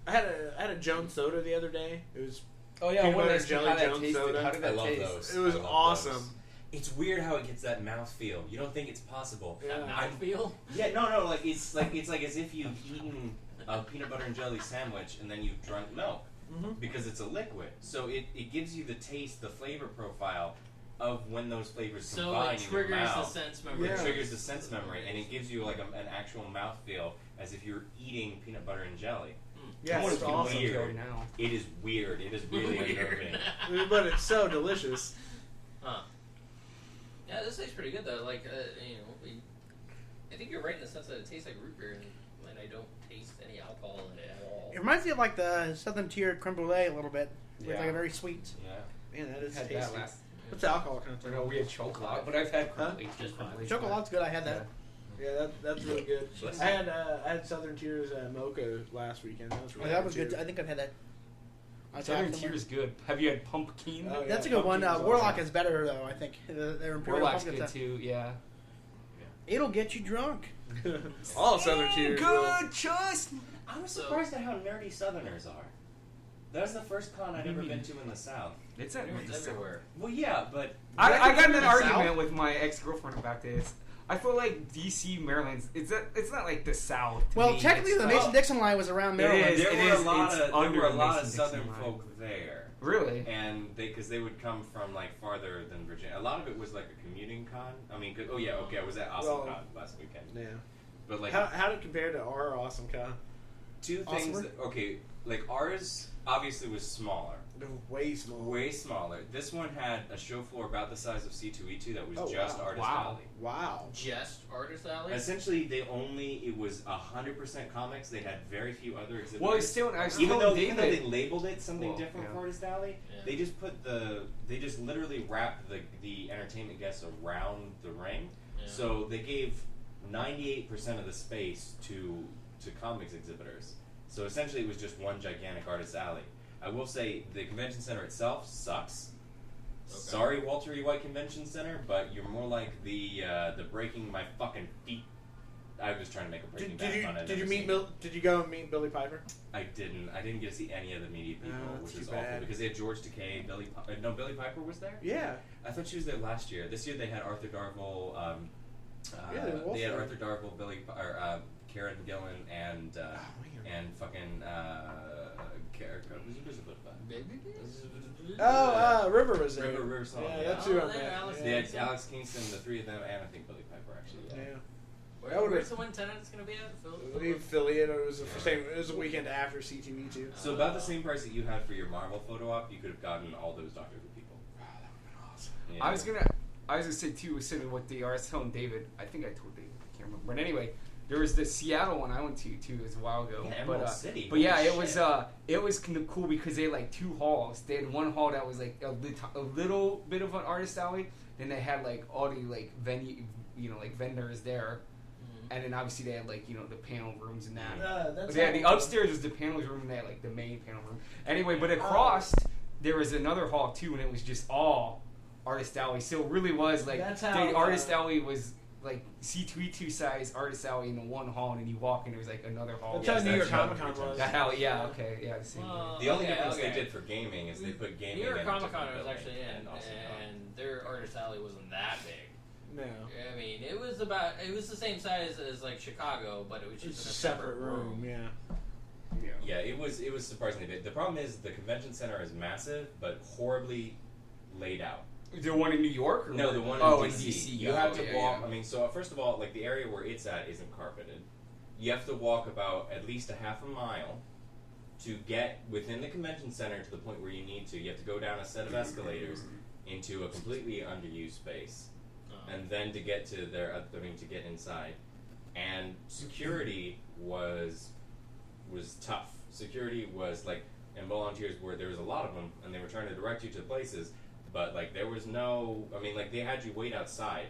I had a I had a Jones soda the other day. It was Oh yeah, yeah, Peanut what butter is and jelly how that Jones tasted. soda. How did that I love taste? those. it was I love awesome. those. It's weird how it gets that mouth feel. You don't think it's possible. Yeah. That mouth feel. Yeah, no, no, like it's like it's like as if you've eaten a peanut butter and jelly sandwich and then you've drunk milk Mm-hmm. Mhm. because it's a liquid. So it, it gives you the taste, the flavor profile of when those flavors So combine it in your triggers the mouth. sense memory. It Yeah. triggers the sense memory and it gives you like a, an actual mouth feel as if you're eating peanut butter and jelly. yeah, I wanna it's be awesome. weird. Right now. It is weird. It is (laughs) really Weird. unnerving. but it's so delicious. Huh. Yeah, this tastes pretty good though. Like, uh, you know, we, I think you're right in the sense that it tastes like root beer, and, and I don't taste any alcohol in it at all. It reminds me of like the Southern Tier creme brulee a little bit, with Yeah. like a very sweet. Yeah. Man, that I've is had tasty. that last. What's the alcohol content? No, we had chocolate, but I've had Huh? crumble- Just fine. crumble- Chocolate's good. I had that. Yeah, that, that's really good. Bless I had uh, I had Southern Tier's uh, mocha last weekend. That was Yeah, really that was good. good. I think I've had that. I Southern tapped them. Tier is good. Have you had pumpkin? Oh, yeah. That's a good one. Uh, Pumpkin's Warlock awesome. is better though. I think the, their Imperial Warlock's Pumpkin's good a- too. Yeah. It'll get you drunk. too. All Southern Tier's. will. Mm, choice. I'm So- surprised at how nerdy Southerners are. That was the first con I'd do you ever mean? been to in the South. It's at It's everywhere. Well, yeah, but I, I got in In an the argument South? with my ex girlfriend about this. I feel like DC, Maryland's it's a, it's not like the South. to Well, me. technically, It's the not- Mason Dixon line was around Maryland. is, there it were is, a lot it's of there under were a lot of Mason-Dixon Southern line. folk there, really. and they because they would come from like farther than Virginia. A lot of it was like a commuting con. I mean, 'cause- oh yeah, okay, I was at Awesome Well- Con last weekend, Yeah. but like how how did it compare to our awesome con? two Awesome things. That, okay, like ours obviously was smaller, They're way small. way smaller. This one had a show floor about the size of C two E two that was Oh, just wow. artist Wow. alley. Wow. Just Artist Alley. Essentially, they only it was hundred percent comics. They had very few other exhibitors. Well, I was still I was even telling though David, even though they labeled it something Well, different yeah. for Artist Alley, Yeah. they just put the they just literally wrapped the the entertainment guests around the ring. Yeah. So they gave ninety eight percent of the space to to comics exhibitors. So essentially, it was just one gigantic Artist Alley. I will say the convention center itself sucks. Okay. Sorry, Walter E. White Convention Center, but you're more like the uh, the breaking my fucking feet. I was trying to make a breaking Did, did back you on it. did you never seen meet it. Bill, did you go and meet Billy Piper? I didn't. I didn't get to see any of the media people, Oh, that's which too is awful bad. because they had George Takei, Billy. Pi- uh, no, Billy Piper was there. Yeah. I thought she was there last year. This year they had Arthur Darvill. Um, uh, Yeah, they were all they had there. Arthur Darvill, Billy, P- or uh, Karen Gillan, and uh, Oh, man. and fucking uh, Karen. Oh, uh, River was there. River River Song. Yeah, yeah. that's who Oh, I there, met. Alex. They Yeah. had Alex Kingston, the three of them, and I think Billy Piper actually. yeah. Yeah. Where, That would've- where's the one tenant's gonna be at? Phil- It was the affiliate. It was the same. It was the weekend after CTV too. So about the same price that you had for your Marvel photo op, you could have gotten all those Doctor Who people. Yeah. I was gonna, I was gonna say too. So that what they are I was telling David, I think I told David, I can't remember. But anyway, there was the Seattle one I went to too. It was a while ago. Yeah, but Emerald uh, City. but yeah, Holy it was shit. uh, it was kind of cool because they had like two halls. They had one hall that was like a, lit- a little bit of an artist alley. Then they had like all the like venue, you know, like vendors there. Mm-hmm. And then obviously they had like you know the panel rooms and that. Uh, that's Yeah, the all. upstairs was the panel room and they had like the main panel room. Anyway, but across there was another hall too, and it was just all artist alley. So it really was like That's the how, artist uh, alley was like C3 size artist alley in the one hall, and then you walk and there's like another hall. That's Yes, how New York that's Comic how Con it was. The hell, yeah, okay, yeah, the same. Well, The only Oh, okay, difference okay. they did for gaming is they put gaming. New York in a Comic Con different was building actually in, and also and their artist alley wasn't that big. No. I mean, it was about it was the same size as like Chicago, but it was just It's in a separate room, yeah. yeah. Yeah, it was it was surprisingly big. The problem is the convention center is massive but horribly laid out. The one in New York? Or No, the one oh, in DC. you yeah, have oh, to yeah, walk. yeah. I mean, so uh, first of all, like the area where it's at isn't carpeted. You have to walk about at least a half a mile to get within the convention center to the point where you need to. You have to go down a set of escalators into a completely underused space, Um, and then to get to their. I mean, to get inside, and security was was tough. Security was like, and volunteers were there was a lot of them, and they were trying to direct you to places, but like there was no. I mean, like they had you wait outside.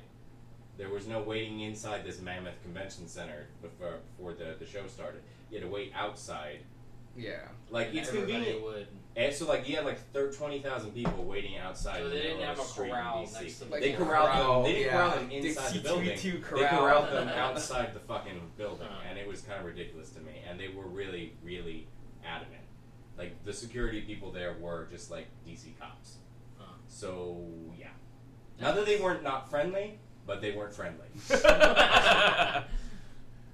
There was no waiting inside this mammoth convention center before, before the, the show started. You had to wait outside. Yeah. Like it's Everybody convenient. Would. And so like you had like thir- twenty thousand people waiting outside. So in the they didn't middle of have a street in corral DC. next to the Like They a corralled corral, them. They didn't yeah. corral them They inside the C3 building. two They corral. corralled them outside the fucking building, Uh-huh. and it was kind of ridiculous to me. And they were really, really adamant. Like the security people there were just like DC cops. Uh-huh. So yeah, not that they weren't not friendly, but they weren't friendly. (laughs)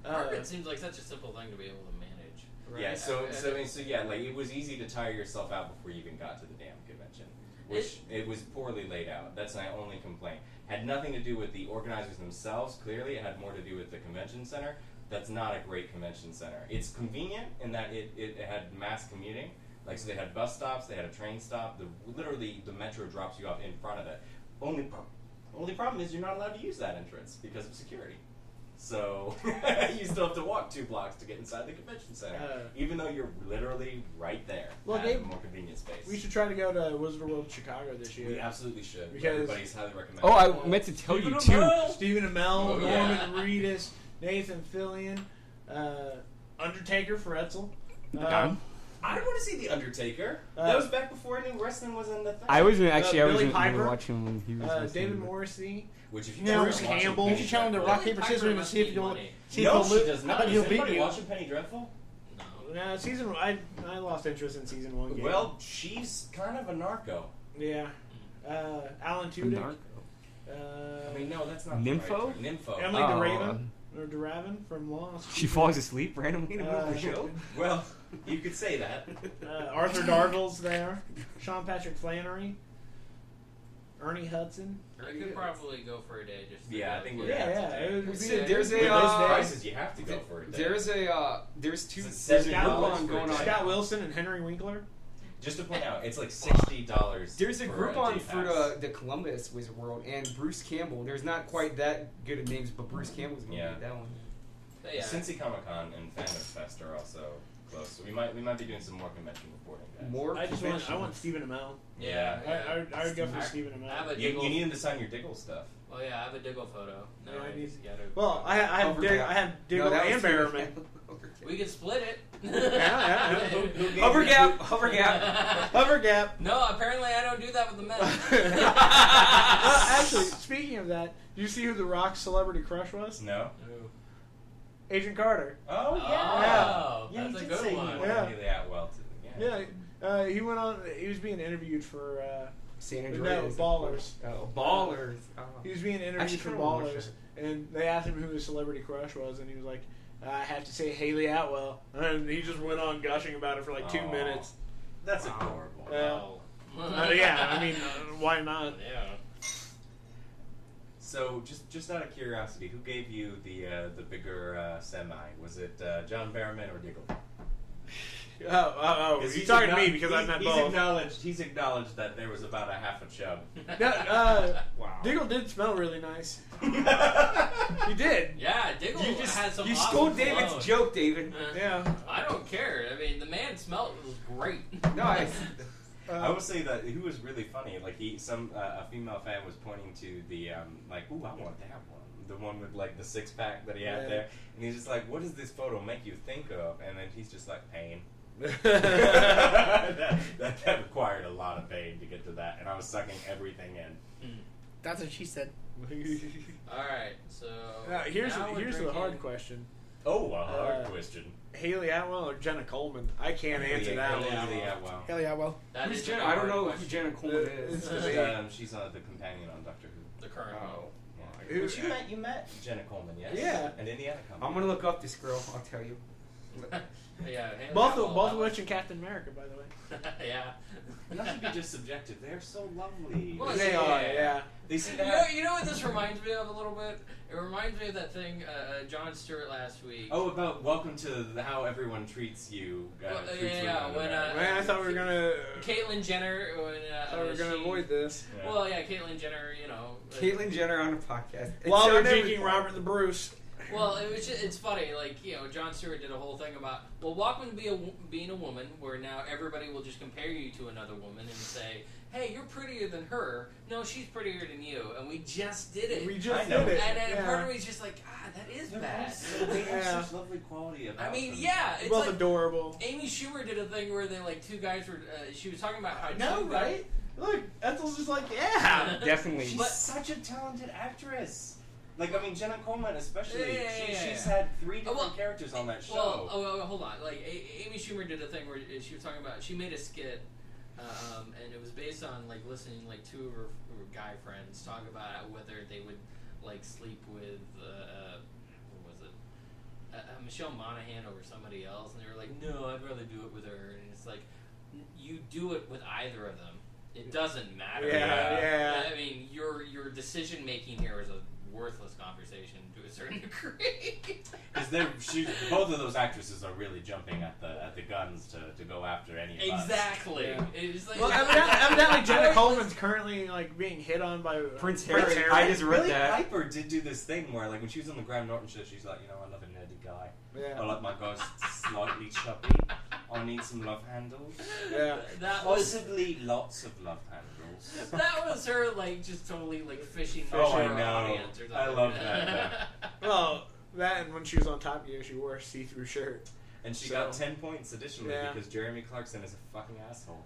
Uh, Carpet seems like such a simple thing to be able to manage. Yeah. So Uh, so I mean, so yeah, like it was easy to tire yourself out before you even got to the damn convention, which it was poorly laid out. That's my only complaint. Had nothing to do with the organizers themselves. Clearly, it had more to do with the convention center. That's not a great convention center. It's convenient in that it, it, it had mass commuting. Like so, they had bus stops, they had a train stop. The literally the metro drops you off in front of it. Only pro- only problem is you're not allowed to use that entrance because of security. So (laughs) you still have to walk two blocks to get inside the convention center, Uh, even though you're literally right there Well, at they- a more convenient space. We should try to go to Wizard World Chicago this We year. absolutely should. Because- Everybody's highly recommended. Oh, I meant to tell you too. Stephen Amell, Oh, yeah. Norman Reedus, Nathan Fillion, uh, Undertaker for Etzel. Uh, Done. I want to see the Undertaker. Uh, that was back before I knew wrestling was in the thing. I was not actually Uh, I Billy wasn't gonna Piper? watch him when he was. uh, listening, David but- Morrissey. Which, if you No, guys are watching Campbell. Penny You should tell him to Dreadful- rock Billy paper Piper scissors and must see if need you'll money. see No, if he'll she lose. does I not. bet Is he'll beat anybody you. watching Penny Dreadful? No. No, season I I lost interest in season one. Game. Well, she's kind of a narco. yeah. Uh, Alan Tudyk. Uh, I mean, no, that's not the right Nympho? term. Nympho. Emily Oh, DeRaven or DeRaven from Lost. She falls asleep randomly in the middle Uh, of the show. Well, you could say (laughs) that. (laughs) uh, Arthur Darville's there. Sean Patrick Flannery. Ernie Hudson. I could probably go for a day just. to Yeah, I go think get we're- Yeah, Yeah, yeah. today. it would So be- there's it a, was uh, there. prices, you have to go for it. There's a uh, there's two It's a there's a seven group dollars on for going a on. ticket. Scott Wilson and Henry Winkler. Just to point out, it's like sixty dollars. There's a group on for fruit. the, the Columbus Wiz World and Bruce Campbell. There's not quite that good of names, but Bruce Campbell's gonna Yeah. be that one. But yeah. Cincy Comic Con and Fandom Fest are also close, so we might we might be doing some more convention reporting. Guys. More. I just want I convention. want Stephen Amell. Yeah. I, I, would- I would go for I- Stephen I have Amell. a You, Diggle. you need him to sign your Diggle stuff. oh yeah, I have a Diggle photo. No, Yeah, I I need- just gotta- Well, I, I have Overkill. Dig- I have Diggle No, that and was- Barrowman. (laughs) we can split it. (laughs) yeah, yeah. Who- who gave Hover you- gap, (laughs) hover gap. Hover (laughs) gap. no, apparently I don't do that with the (laughs) (laughs) Well, men. actually, speaking of that, do you see who The Rock's celebrity crush was? No. Agent Carter. Oh Oh, Yeah, that's you a did say good you one. wanted Yeah. Haley Atwell to the Yeah, uh, he went on. He was being interviewed for. Uh, San no, Andreas. Ballers. Oh, ballers. Oh. He was being interviewed Actually, for kinda wanna watch Ballers, and they asked him who his celebrity crush was, and he was like, "I have to say Haley Atwell," and he just went on gushing about it for like two Aw. minutes. That's Wow. adorable. Yeah. (laughs) Uh, yeah, (laughs) I mean, uh, why not? yeah. So just just out of curiosity, who gave you the uh, the bigger uh, semi? Was it uh, John Barrowman or Diggle? Oh, oh, oh Because you're he's talking to me acknow- because he's- I'm not he's bald. acknowledged. He's acknowledged that there was about a half a (laughs) chub. No, uh, Wow. Diggle did smell really nice. He (laughs) did. yeah, Diggle you just has some you awesome stole David's cologne. joke, David. Uh, Yeah. I don't care. I mean, the man smelled was (laughs) great. No, I, (laughs) I Uh, would say that he was really funny. Like he, some uh, a female fan was pointing to the um, like, ooh, I want that one, the one with like the six pack that he had Yeah. there, and he's just like, what does this photo make you think of? And then he's just like, (laughs) pain. that, that, that required a lot of pain to get to that, and I was sucking everything in. That's what she said. (laughs) All right, so Now, Uh, (laughs) here's now the, we're here's the hard drinking- question: Oh, a hard Uh, question. Haley Atwell or Jenna Coleman? I can't Haley- answer that Haley one. Atwell. Hell yeah, well. That Who's is Jen- a I don't hard know question. who Jenna Coleman is. Uh, She's, um, she's uh, the companion on Doctor Who. The current Oh. one. (laughs) Who- But you met you met Jenna Coleman, yes? Yeah. And Indiana Coleman. I'm gonna look up this girl. I'll tell you. yeah, Haley Both Atwell, of both that of was- (laughs) which in Captain America, by the way. (laughs) yeah. Nothing be just subjective. They're so lovely. Well, They yeah. are, yeah. They see (laughs) You know, that. you know what this reminds me of a little bit? It reminds me of that thing uh, uh, John Stewart last week. Oh, about welcome to the, how everyone treats you. Uh, Well, treats women yeah, yeah, in when, uh, America. Man, I thought we were gonna. Caitlyn Jenner. When, uh, I thought we were gonna she- avoid this. Yeah. Well, yeah, Caitlyn Jenner. You know. uh, Caitlyn Jenner on a podcast. It's While we're on everything. drinking Robert the Bruce. Well, it was just, it's funny, like you know, John Stewart did a whole thing about well, Walkman be a, wo- being a woman, where now everybody will just compare you to another woman and say, "Hey, you're prettier than her." No, she's prettier than you, and we just did it. We I just know. did it. and then part yeah. of me's just like, ah, that is They're bad. so- They have Yeah. such lovely quality about (laughs) I mean, them. yeah, it's both like adorable. Amy Schumer did a thing where they like two guys were. Uh, she was talking about how No, two guys- right? Look, Ethel's just like, yeah. Yeah, definitely. She's But- such a talented actress. Like, I mean, Jenna Coleman especially. Yeah, yeah, she, yeah, She's yeah. had three Oh, different well, characters on that show. Well, oh, oh, hold on. Like a- Amy Schumer did a thing where she was talking about she made a skit, um, and it was based on like listening like two of her, her guy friends talk about whether they would like sleep with uh, what was it uh, uh, Michelle Monaghan over somebody else, and they were like, no, I'd rather do it with her, and it's like n- you do it with either of them. It doesn't matter. Yeah, yeah. I mean, your your decision making here is a worthless conversation to a certain (laughs) degree. Because they're she, both of those actresses are really jumping at the at the guns to, to go after any of us. Exactly. Yeah. It's like, (laughs) Well, evidently, evidently Jenna Coleman's currently like being hit on by Prince Harry. I just read Billy that. Piper did do this thing where, like, when she was on the Graham Norton show, she's like, you know, I love a nerdy guy. I Yeah. like my guys slightly chubby. I need some love handles. yeah. that was Possibly lots of love handles. (laughs) that was her like just totally like fishing Oh, for I her know. audience or something. I love that, (laughs) Well, that and when she was on Top Gear, she wore a see-through shirt. And she So- got 10 points additionally Yeah. because Jeremy Clarkson is a fucking asshole.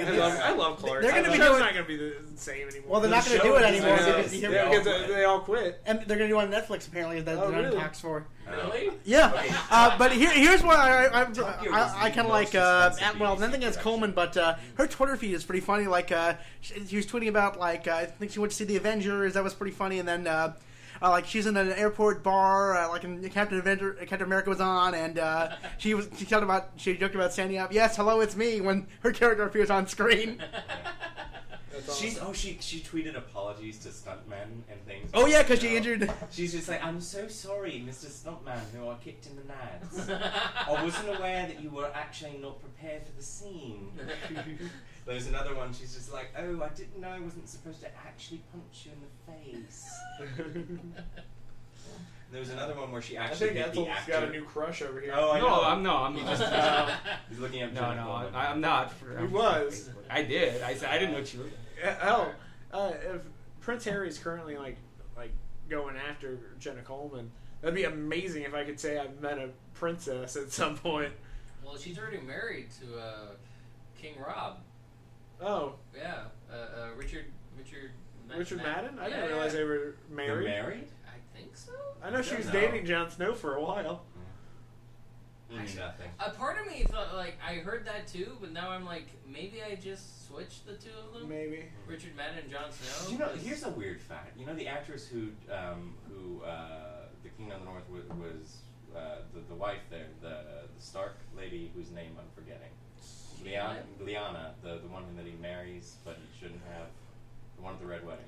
I love, I love Clark. They're going gonna to be That's doing- not going to be the same anymore. Well, they're not going to do show it is- anymore. I know. because you hear- Yeah. because they, they all quit. And they're going to do it on Netflix apparently. That Oh, they're really? on tax for. really? Yeah. Okay. Uh, but here, here's what I I, I, Top Gear is I, I the kind of most like. Uh, expensive at, well, BBC nothing against production. Coleman, but uh, her Twitter feed is pretty funny. Like uh, she, she was tweeting about like uh, I think she went to see the Avengers. That was pretty funny. And then uh, uh, like she's in an airport bar. Uh, like in Captain Avenger, Captain America was on, and uh, she was she talked about she joked about standing up. Yes, hello, it's me. When her character appears on screen. She's oh she she tweeted apologies to stuntmen and things. Oh yeah, because No. she injured. She's just like I'm so sorry, Mr. Stuntman, who I kicked in the nads. (laughs) I wasn't aware that you were actually not prepared for the scene. There's another one. She's just like, oh, I didn't know I wasn't supposed to actually punch you in the face. There was another one where she I actually think hit the Ethel's actor. got a new crush over here. Oh, I know. No, I'm no, (laughs) I'm just. Uh, He's looking at No, Jenna no, Coleman. I, I'm not. For, He was. I did. I said I didn't know what you were. Oh, uh, if Prince Harry's currently like like going after Jenna Coleman, that'd be amazing if I could say I've met a princess at some point. Well, she's already married to uh, King Rob. Oh, Yeah, uh, uh, Richard Richard Ma- Richard Ma- Madden? I Yeah. didn't realize they were They're married. married. I think so. I know she Don't was know. dating Jon Snow for a while. Mm, Actually- Nothing. A part of me thought like I heard that too, but now I'm like maybe I just switched the two of them. Maybe. Richard Madden and Jon Snow. Do you know, 'cause- here's a weird fact. You know, the actress who um, who uh, the King of the North was, was uh, the, the wife there, the the Stark lady whose name I'm forgetting. Liana, Liana, the the one that he marries, but he shouldn't have. The one at the red wedding.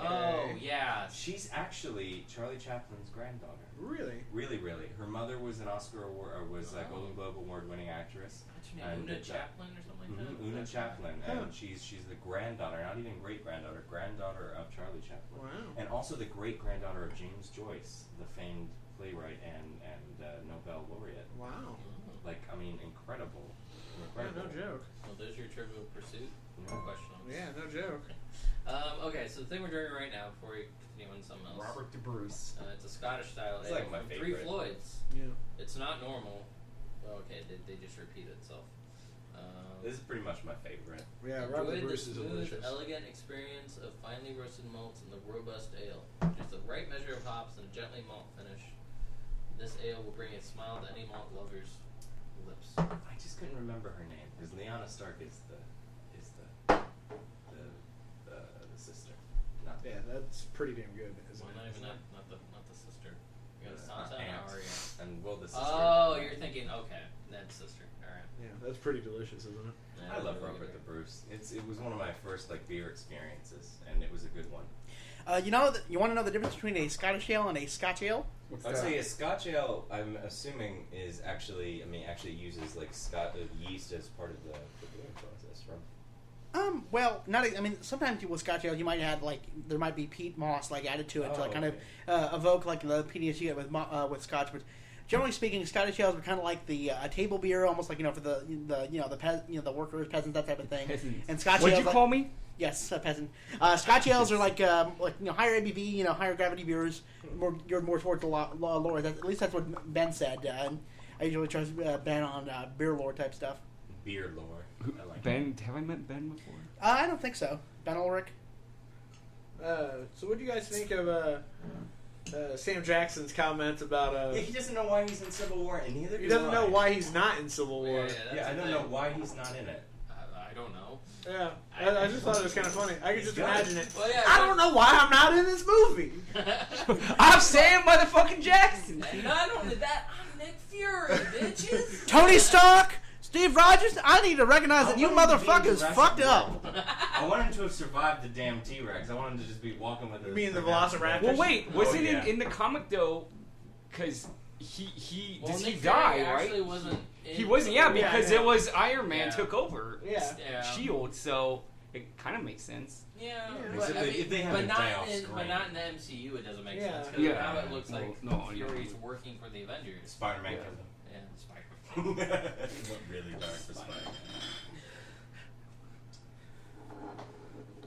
Oh yeah, She's actually Charlie Chaplin's granddaughter. Really? Really, really. Her mother was an Oscar award, or was a Oh. Golden Globe award winning actress. What's her And name? Una it's, uh, Chaplin Mm-hmm, or something like that. Mhm, Una Chaplin, Huh. and she's she's the granddaughter, not even great granddaughter, granddaughter of Charlie Chaplin, Wow. and also the great granddaughter of James Joyce, the famed playwright and and uh, Nobel laureate. Wow. Mm-hmm. Like, I mean, incredible, Yeah, incredible. no joke. Well, there's your trivial pursuit you know? question. Yeah, no joke. Um, okay, so the thing we're drinking right now, before we continue on to something else, Robert De Bruce. uh, it's a Scottish style It's ale like my from Three favorite. Floyds. Yeah. It's not normal. Well, okay, they, they just repeat itself. Um, This is pretty much my favorite. Yeah, enjoyed Robert the Bruce is smooth, delicious. elegant experience of finely roasted malts and the robust ale. There's the right measure of hops and a gently malt finish. This ale will bring a smile to any malt lover's lips. I just couldn't remember her name because Liana Stark is the is the the, the, the sister. Not Yeah, that's pretty damn good. Isn't Well, not it? even that, not the not the sister. You got the Sansa and Uh, aunt. Arya. And Will the sister. Oh, you're thinking okay, that's sister. All right. Yeah, that's pretty delicious, isn't it? Yeah, I love really Robert the good. Bruce. It's it was one of my first like beer experiences, and it was a good one. Uh, you know, th- you want to know the difference between a Scottish ale and a Scotch ale? What's I'd that? say a Scotch ale. I'm assuming is actually, I mean, actually uses like Scot uh, yeast as part of the, the brewing process, right? Um, well, not. I mean, sometimes with Scotch ale, you might add like there might be peat moss like added to it to Oh, like kind okay. of uh, evoke like the peatiness you get with mo- uh, with Scotch. But generally speaking, Scottish ales are kind of like the uh, table beer, almost like you know for the the you know the pe- you know the workers, peasants, that type of thing. Peasants. And Scotch What'd ales, you like- call me? Yes, a peasant. Uh, Scotch ales are like um, like you know higher ABV, you know higher gravity beers. More you're more towards the law, law lore. That's, at least that's what Ben said. Uh, and I usually trust uh, Ben on uh, beer lore type stuff. Beer lore. I like Ben? Have I met Ben before? Uh, I don't think so. Ben Ulrich. Uh, so, what do you guys think of uh, uh, Sam Jackson's comments about it. uh, Yeah, he doesn't know why he's in Civil War, and neither he do doesn't I. know why he's not in Civil Yeah, War? yeah, that's Yeah, I the don't thing. know why he's not in it. I, I don't know. Yeah, I, I just thought it was kind of funny. I could just imagine it. Well, yeah, (laughs) I don't know why I'm not in this movie. know. I'm Sam motherfucking Jackson. Not only that, I'm Nick (laughs) Fury, bitches. Tony Stark, Steve Rogers. I need to recognize that I you want him to be in motherfuckers Jurassic fucked up. World. I want him to have survived the damn T Rex. I want him to just be walking with. a You mean the freaking- Velociraptor? Well, wait, Oh, wasn't yeah. it in, in the comic though? Because he he Well, does Nick he Fury die actually right? wasn't. In He wasn't. Yeah, Yeah, because yeah. it was Iron Man Yeah. took over Yeah. Yeah. Shield, E so it kind of makes sense. Yeah, Yeah. but, Except I they- mean, if they have but a not dial in but screen. not in the MCU, it doesn't make Yeah. sense. 'cause Yeah. now it looks like Well, no, you're Fury's right. working for the Avengers. Spider-Man Yeah. killed him. Yeah, Spider-Man. (laughs) really dark for Spider-Man.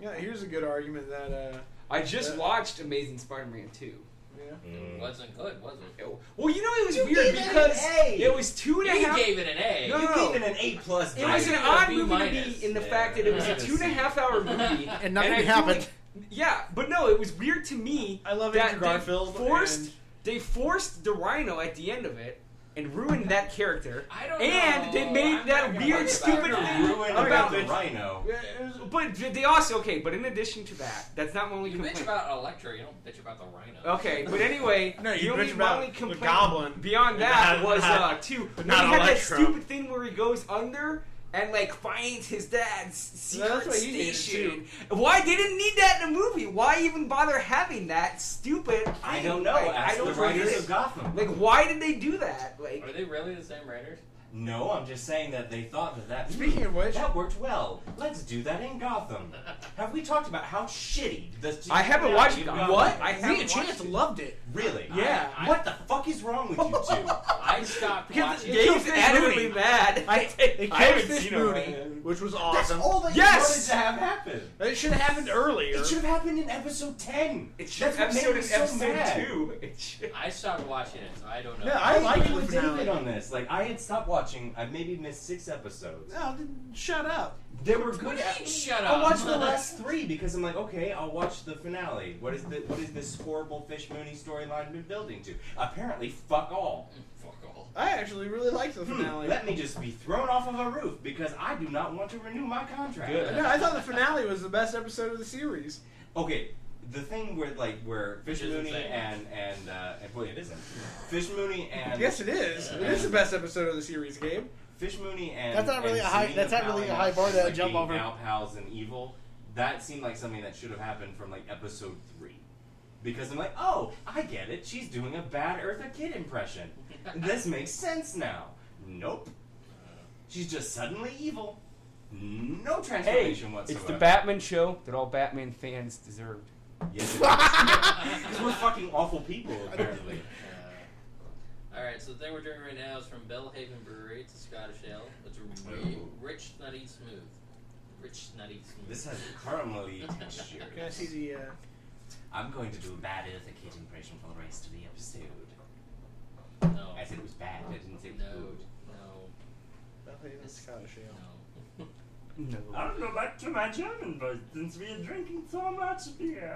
Yeah, here's a good argument that. Uh, I just Yeah. watched Amazing Spider-Man two. yeah. It wasn't good, was it? Well, you know it was You weird gave it an because A. it was two and a He half. gave it an A. No, you no, gave it an A plus. It was an Yeah, odd B movie to minus. be in the Yeah. fact that it was a Yeah. two and a (laughs) half hour movie And nothing I feel happened. like- yeah, but no, it was weird to me. I love that Andrew Garfield. They forced and- they forced the Rhino at the end of it and ruined that character. I don't and know. they made I'm not that gonna weird, argue stupid about thing that. ruined Okay, about. the bitch. Rhino. Yeah, it was- But they also okay. But in addition to that, that's not my only You bitch complaint. about Elektra, you don't bitch about the Rhino. Okay, but anyway, No, you the only, bitch about my only the complaint goblin. beyond that Not- was uh, not- two. but When he not had that Electro. stupid thing where he goes under and like finds his dad's No, secret that's what you needed, station. Why they didn't need that in the movie? Why even bother having that? Stupid. I don't know. I, Ask I don't the writers get of it. Gotham. Like, why did they do that? Like, Are they really the same (laughs) writers? no, I'm just saying that they thought that that. Speaking of which- (laughs) that worked well. Let's do that in Gotham. Have we talked about how shitty the? I haven't watched in Gotham. Gotham What? is? I haven't Me and watched Chance it. loved it. really? Yeah. I- what the fuck is wrong with you (laughs) two? I stopped Because watching. Gabe's Fish adamantly Mooney. mad. I, it I haven't kills Fish seen him. Mooney, which was That's awesome. all that Yes! you wanted to have happen. It should have happened earlier. It should have happened in episode ten. It's That's just what made episode me and so episode mad. two. It should- I stopped watching it, so I don't know. Yeah, I, I like agree the with finale. David on this. Like, I had stopped watching. I maybe missed six episodes. No, then shut up. They were What good. do you mean, shut I up? watched the last three because I'm like, okay, I'll watch the finale. What is the what is this horrible Fish Mooney storyline been building to? Apparently, fuck all. Fuck all. I actually really liked the Hmm, finale. let me just be thrown off of a roof because I do not want to renew my contract. Good. no, I thought the finale was the best episode of the series. Okay, the thing where like where Fish It isn't Mooney saying. and and uh, and well, it isn't. Fish Mooney and Yes, it is. It is the best episode of the series, Gabe. Fish Mooney and That's not really and a high- Selena that's not really a Palin high bar to like jump being over. Now pals and evil. That seemed like something that should have happened from like episode three, because I'm like, oh, I get it. She's doing a bad Eartha Kid impression. this makes sense now. Nope. She's just suddenly evil. No transformation whatsoever. Batman show that all Batman fans deserved. Yes, because we're fucking awful people apparently. Uh, all right, so the thing we're drinking right now is from Bellhaven Brewery. It's a Scottish ale. It's a re- Ooh. rich, nutty, smooth. Rich, nutty, smooth. This has (laughs) caramely texture. Can I see the? Uh, I'm going to do a bad Eartha Kid impression for the rest of the episode. no, I said it was bad. I didn't say it was no, good. no, Bellhaven Scottish no. Ale. No. I'll go back to my German voice since we are drinking so much beer.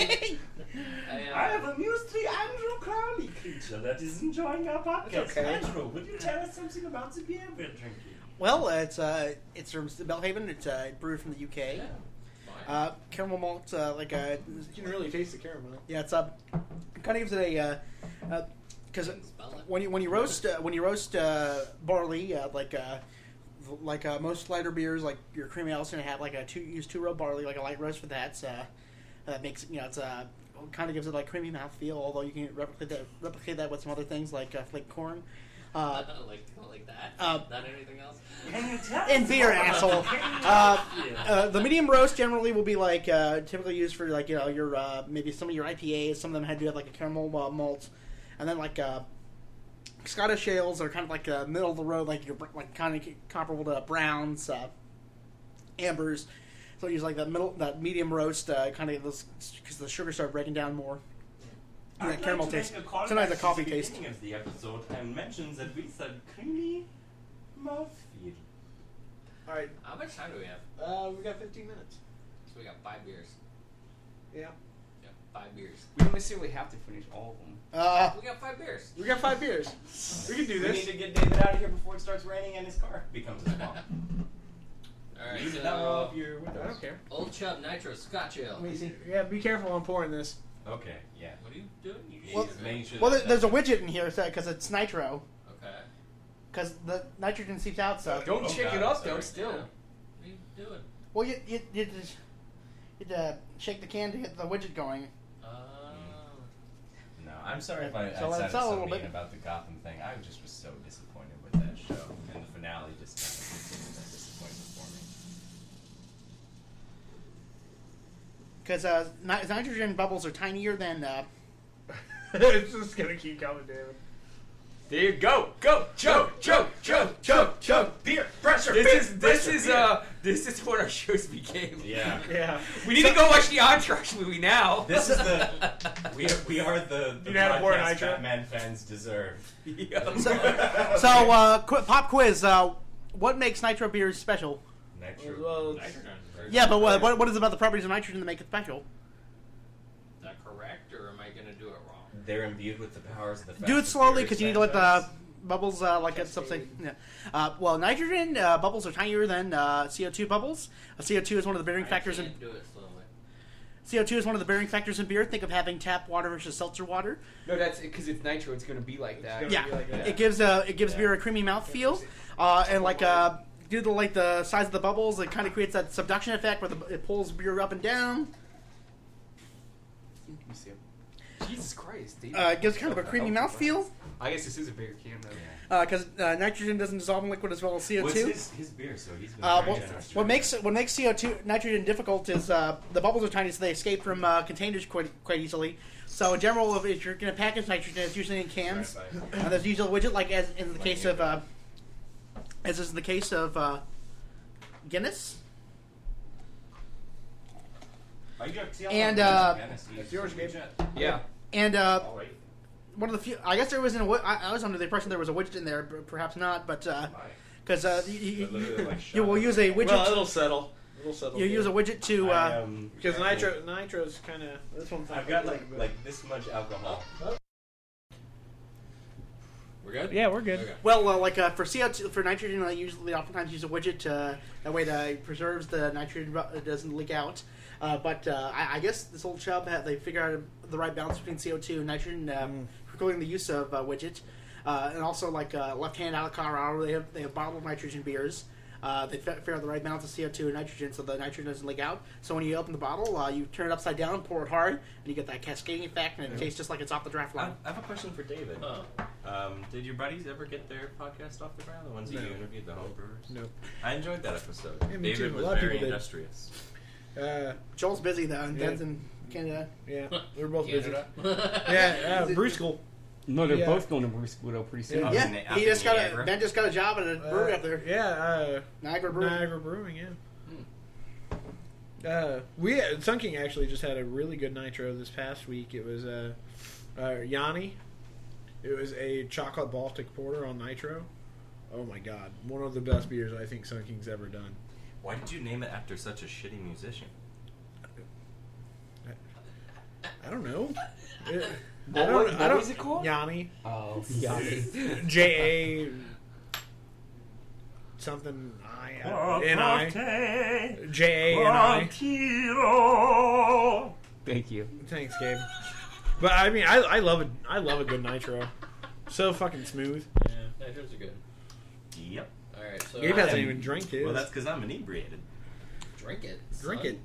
I, uh, I have amused the Andrew Crowley creature that is enjoying our podcast. That's okay. Andrew, would you tell us something about the beer we're drinking? (laughs) Well, uh, it's uh, it's from Bellhaven. It's uh, brewed from the UK. (laughs) yeah. Fine. (laughs) Uh, caramel malt, uh, like a You can really taste the caramel. yeah, it's uh, kind of gives it a because uh, Can spell it. when you when you roast uh, when you roast uh, barley uh, like uh, like uh, most lighter beers like your creamy ale's gonna have like a two use two row barley like a light roast for that so uh, that makes you know it's uh, kind of gives it like creamy mouthfeel although you can replicate that replicate that with some other things like uh, flaked corn uh, like like that. uh, Not anything else. Can you tell and us beer more about (laughs) asshole the King of uh, Beer? uh, the medium roast generally will be like uh, typically used for like you know your uh, maybe some of your IPAs. Some of them had to have like a caramel uh, malt, and then like uh, Scottish ales are kind of like uh, middle of the road, like your br- like kind of comparable to browns, uh, ambers. So use like that middle that medium roast uh, kind of because the sugar started breaking down more. I'd Yeah, like caramel to make taste. a callback Sometimes a to coffee the taste. beginning of the episode and mentions that we said creamy mouthfeel. All right, How much time do we have? uh, we got 15 minutes. So we got five beers. Yeah. Yeah, five beers. We don't necessarily have to finish all of them. Uh, We got five beers. We got five (laughs) beers. We can do We this. need to get David out of here before it starts raining and his car becomes a (laughs) swamp. All right. you did not roll So up your I windows. don't care. Old Chub Nitro Scotch Ale. Let me see. Yeah, be careful on (laughs) pouring this. (laughs) Okay, yeah. What are you doing? You You Well- just making sure well, that there- there's a widget in here because it's nitro Okay. because the nitrogen seeps out. So Don't Oh, check God, it up, sorry. though, still. Yeah. What are you doing? well, you you you just you uh, shake the can to get the widget going. Oh. No, I'm sorry if I, I So let's sounded sell a so little mean bit. about the Gotham thing. I just was so disappointed with that show, and the finale just kind of continued that disappointment for me. Because uh, ni- nitrogen bubbles are tinier than. Uh, it's just gonna keep coming, David. There you go, go, choke, choke, choke, choke, choke. Beer pressure. This is this is uh this is what our shows became. Yeah. Yeah. (laughs) We need to go watch the Entourage movie now. This is (laughs) the we are, we are the, the You had a word, podcast Nitro? Batman fans deserve. (laughs) Yeah. so, so uh, qu- pop quiz. Uh, what makes nitro beers special? Nitro. Well, Nitrogen. Is Yeah, but what, what, what is it about the properties of nitrogen that make it special? that correct, or am I gonna do it wrong? They're imbued with the powers of the. Do it fastest slowly beer because you need to let the franchise. bubbles uh, like get something. Yeah. Uh, well, nitrogen uh, bubbles are tinier than uh, CO2 bubbles. Uh, CO2 is one of the bearing I factors in can't do it slowly. CO2 is one of the bearing factors in beer. Think of having tap water versus seltzer water. No, that's because it's nitro. It's gonna be like that. It's Yeah, gonna be like that. it gives uh, it gives Yeah. beer a creamy mouthfeel, uh, and like uh, due to like the size of the bubbles, it kind of creates that subduction effect where the, it pulls beer up and down. Let me see. Jesus Christ, dude. Uh, it gives kind of a creamy mouthfeel I guess this is a bigger can though. because uh, nitrogen doesn't dissolve in liquid as well as CO What's two. his, his beer? So he's been Uh, very what, generous. what makes what makes CO two nitrogen difficult is uh, the bubbles are tiny, so they escape from uh, containers quite, quite easily. So in general, if- if you're going to package nitrogen, it's usually in cans. Uh, there's usually a widget, like as in the Like case you. of uh, as is the case of uh, Guinness. Are you up to- And, uh, Dennis, you- That's yours, Gabe. Yeah. And uh, All right. one of the few. I guess there was an. wi- I, I was under the impression there was a widget in there, but perhaps not. But because uh, you, you, But literally, like, you will shut use a widget. Well, it'll settle. It'll settle. you use a widget to. I, Uh, um, because I- nitro nitro's kind of this one's not I've got good, like but- like this much alcohol. We're good. Yeah, we're good. Okay. well, uh, like uh, for CO two for nitrogen, I usually oftentimes use a widget. Uh, that way, that it preserves the nitrogen, ru- it doesn't leak out. Uh, but uh, I, I guess this old chub had, they figured out the right balance between CO two and nitrogen, uh, including the use of uh, widget, uh, and also like uh, left hand out of Colorado, they have they have bottled nitrogen beers. Uh, they fi- figure out the right balance of CO2 and nitrogen so the nitrogen doesn't leak out. So when you open the bottle, uh, you turn it upside down, pour it hard, and you get that cascading effect, and it tastes just like it's off the draft I Uh, line. I have a question for David. Oh. Um, did your buddies ever get their podcast off the ground? The ones that you No. interviewed, the homebrewers? no. I enjoyed that episode. Yeah, me David too. A was lot of very people did. industrious. Uh, Joel's busy though, and Yeah. Dan's in Canada. yeah, we're both busy. (laughs) Canada. Yeah, uh, Bruce School. No, they're Yeah. both going to Bruce Widow pretty soon. Oh, Yeah. Up in- Yeah, up he in just got a Niagara. Ben just got a job at a Uh, brewery up there, Yeah, uh, Niagara Brewery. Niagara Brewing. Yeah. Uh, we uh, Sun King actually just had a really good nitro this past week. It was uh, uh, Yanni. It was a chocolate Baltic porter on nitro. Oh my god, one of the best beers I think Sun King's ever done. Why did you name it after such a shitty musician? I don't know. It, What, I don't, was- I what don't- was it called? Yanni. Oh, J A. Something. I. uh, N I. J A N I. (laughs) Thank you. Thanks, Gabe. But I mean, I, I love a I love a good nitro. So fucking smooth. Yeah, nitro's are good. Yep. All right, so Gabe hasn't am- even drank it. Well, that's because I'm inebriated. drink it. drink son. it.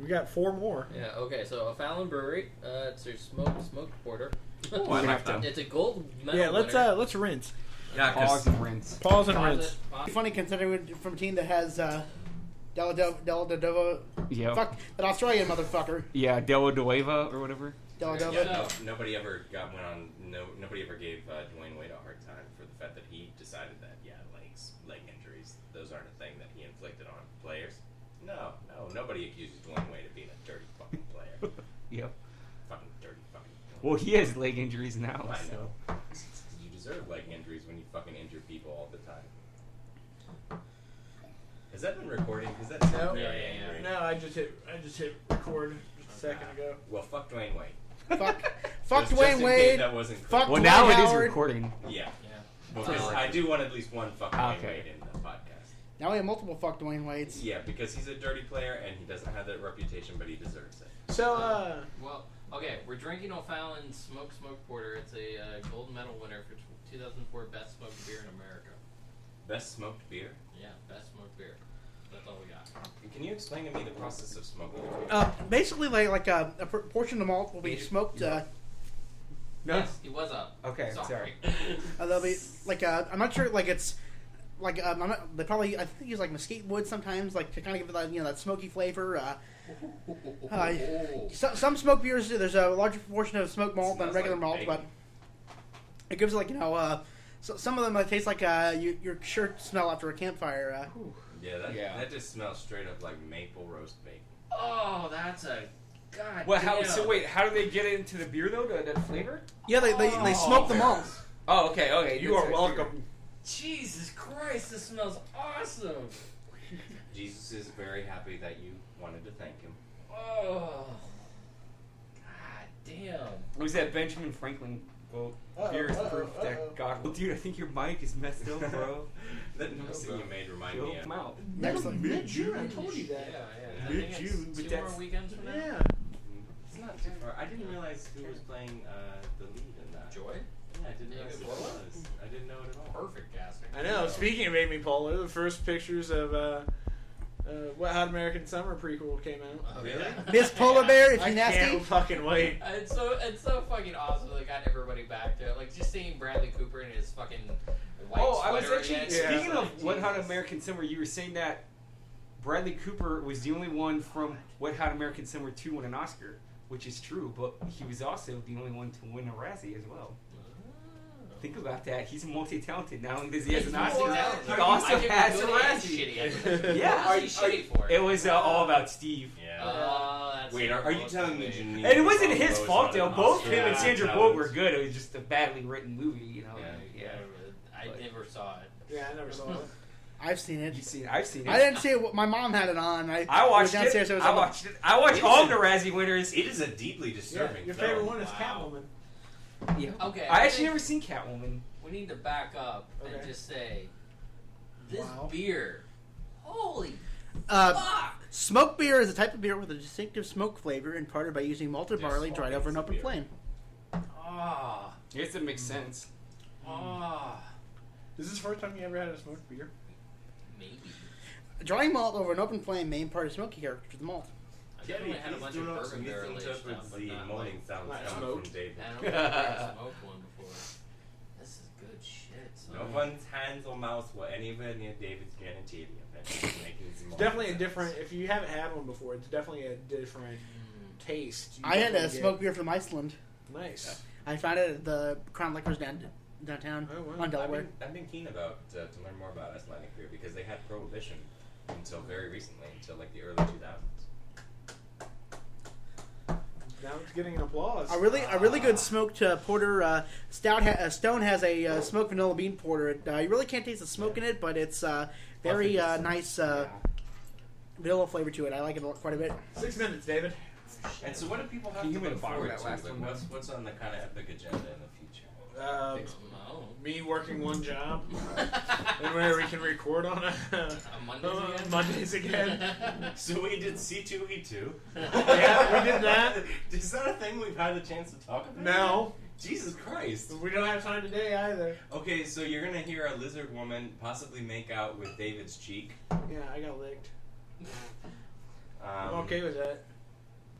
We got four more. Yeah. Okay. So a Fallon Brewery. Uh, it's their smoked smoked porter. (laughs) Oh, I like (laughs) that. it's a gold medal. yeah, let's winner. uh let's rinse. Yeah, 'cause- Pause and rinse. Pause and Pause rinse. it, pause It's funny considering we're from a team that has uh, Della Do- Della Do- Dovo. Yeah. Fuck that Australian motherfucker. Yeah, Della Dueva or whatever. Della Yeah. Dovo. no, nobody ever got went on. No, nobody ever gave uh, Dwayne Wade a hard time for the fact that he decided that yeah, legs, leg injuries, those aren't a thing that he inflicted on players. No, no, nobody accuses Dwayne Wade of being a dirty fucking player. (laughs) Yep. fucking dirty fucking. Well, he has leg injuries now. I So. know. You deserve leg injuries when you fucking injure people all the time. Has that been recording? Because that's No. very Yeah, yeah, yeah. angry. No, I just hit I just hit record just a second ago. Well, fuck Dwayne Wade. (laughs) Fuck, fuck Just- just Dwayne in case Wade. That wasn't Fuck correct. Well, Dwight now it is Howard. recording. Yeah. Yeah. Well, Sounds 'cause like I it. do want at least one fucking Dwayne Okay. Wade in the podcast. Now we have multiple fuck Dwayne Wade's. Yeah, because he's a dirty player and he doesn't have that reputation, but he deserves it. So uh Well, okay, we're drinking O'Fallon Smoke Smoke Porter. It's a uh, gold medal winner for t- 2004 Best Smoked Beer in America. Best smoked beer. Yeah, Best Smoked Beer. That's all we got. Can you explain to me the process of smoking? Uh, basically, like like uh, a por- portion of the malt will be smoked. Uh, Yes, he was up. Okay, (laughs) Sorry. uh, they'll be like uh, I'm not sure. Like it's like um, I'm not, they probably I think they use like mesquite wood sometimes, like to kind of give it that you know that smoky flavor. Uh, Hi. so, some smoked beers do. There's a larger proportion of smoked malt than Smells regular like malt, bacon. but it gives like you know. Uh, so, some of them uh, taste like uh, you, your shirt smell after a campfire. Uh, Yeah, that, Yeah. that just smells straight up like maple roast bacon. Oh, that's a god. Well, how? damn. So wait, how do they get it into the beer though? The, that flavor? yeah, they, they, they smoke the malt. Oh, okay, okay. You are welcome. Jesus Christ, this smells awesome. Jesus is very happy that you wanted to thank him. Oh, god damn. It was that Benjamin Franklin quote? Uh, Beer is proof that God. Well, dude, I think your mic is messed up, (laughs) bro. That noise that you made remind Yo, me of. come out. Next thing. mid-June, I told you Yeah, yeah. I Mid think it's June, but two that's- more weekends from now. Yeah. It's not too far. I didn't realize who was playing uh, the lead in that. Joy, Yeah, I didn't Yeah, realize who it what? was. I didn't know it at all. perfect casting. I know. Speaking of Amy Poehler, the first pictures of uh, uh What Hot American Summer prequel came out. Oh, Really? yeah. (laughs) Miss Polar Bear, if I you nasty. can't fucking wait. It's so it's so fucking awesome. They got everybody back to it. Like just seeing Bradley Cooper in his fucking white Oh, I was sweater actually again. Yeah. speaking Like, of What Hot Jesus. American Summer. You were saying that Bradley Cooper was the only one from What Hot American Summer to win an Oscar, which is true. But he was also the only one to win a Razzie as well. Think about that. He's multi-talented. Not only does he has an He's more Oscar, talented. he also I give him has a good and Razzie. shitty. I give (laughs) him good. Yeah. What's he Are you- shitty for? It was uh, all about Steve. Yeah. Oh, that's Uh, Wait, are, are you gross. telling me Janine? And it wasn't his Garofalo fault is not though. an Both Oscar him and Sandra Bullock talent? were good. It was just a badly written movie, you know. Yeah. Yeah. I never saw it. Yeah, I never saw (laughs) it. I've seen it. You've seen. I've seen it. I didn't see it. My mom had it on. I, I watched was downstairs, it. There was I on the- watched it. I watched all of the Razzie winners. It is a deeply disturbing. your film. favorite one is Wow. Catwoman. Yeah. Okay, I I actually think- never seen Catwoman. We need to back up and Okay. just say this Wow. beer. Holy Uh, fuck! smoked beer is a type of beer with a distinctive smoke flavor imparted by using malted Yes, barley all dried over an kinds of open beer. flame. Ah, I guess that makes sense. ah, Is this the first time you ever had a smoked beer? maybe. Drying malt over an open flame may impart a smoky character to the malt. I Yeah, definitely had a please bunch do of not bourbon barrel aged misinterpret stuff, but the not moaning like. sounds Like coming smoke. from David. (laughs) I don't think I've smoked one before. This is good shit. Son. No one's hands or mouths were anywhere near David's genitalia. That's making some It's definitely a noise. different. If you haven't had one before, it's definitely a different taste. You I had a definitely smoked get- beer from Iceland. Nice. I found it at the Crown Liquors down, downtown Oh, wow. on I've Delaware. been, I've been keen about uh, to learn more about Icelandic beer because they had prohibition until very recently, until like the early 2000s. Now it's getting an applause. A really, a really ah. good smoked uh, porter. Uh, Stout ha- uh, Stone has a uh, smoked vanilla bean porter. It, uh, you really can't taste the smoke in it, but it's uh, very uh, nice. Uh, vanilla flavor to it. I like it a lot- quite a bit. Six minutes, David. And so, what do people have Can to you give me look the bottom forward of to? that last Like, one? what's what's on the kind of epic agenda in the future? Um, Oh. (laughs) me working one job, and (laughs) where on we can record on a, (laughs) Mondays on again. Oh, Mondays again. (laughs) So we did C two E two. Yeah, we did that. (laughs) Is that a thing we've had a chance to talk about? No, Jesus Christ. we don't have time today either. Okay, so you're gonna hear a lizard woman possibly make out with David's cheek. Yeah, I got licked. Um, I'm okay with that.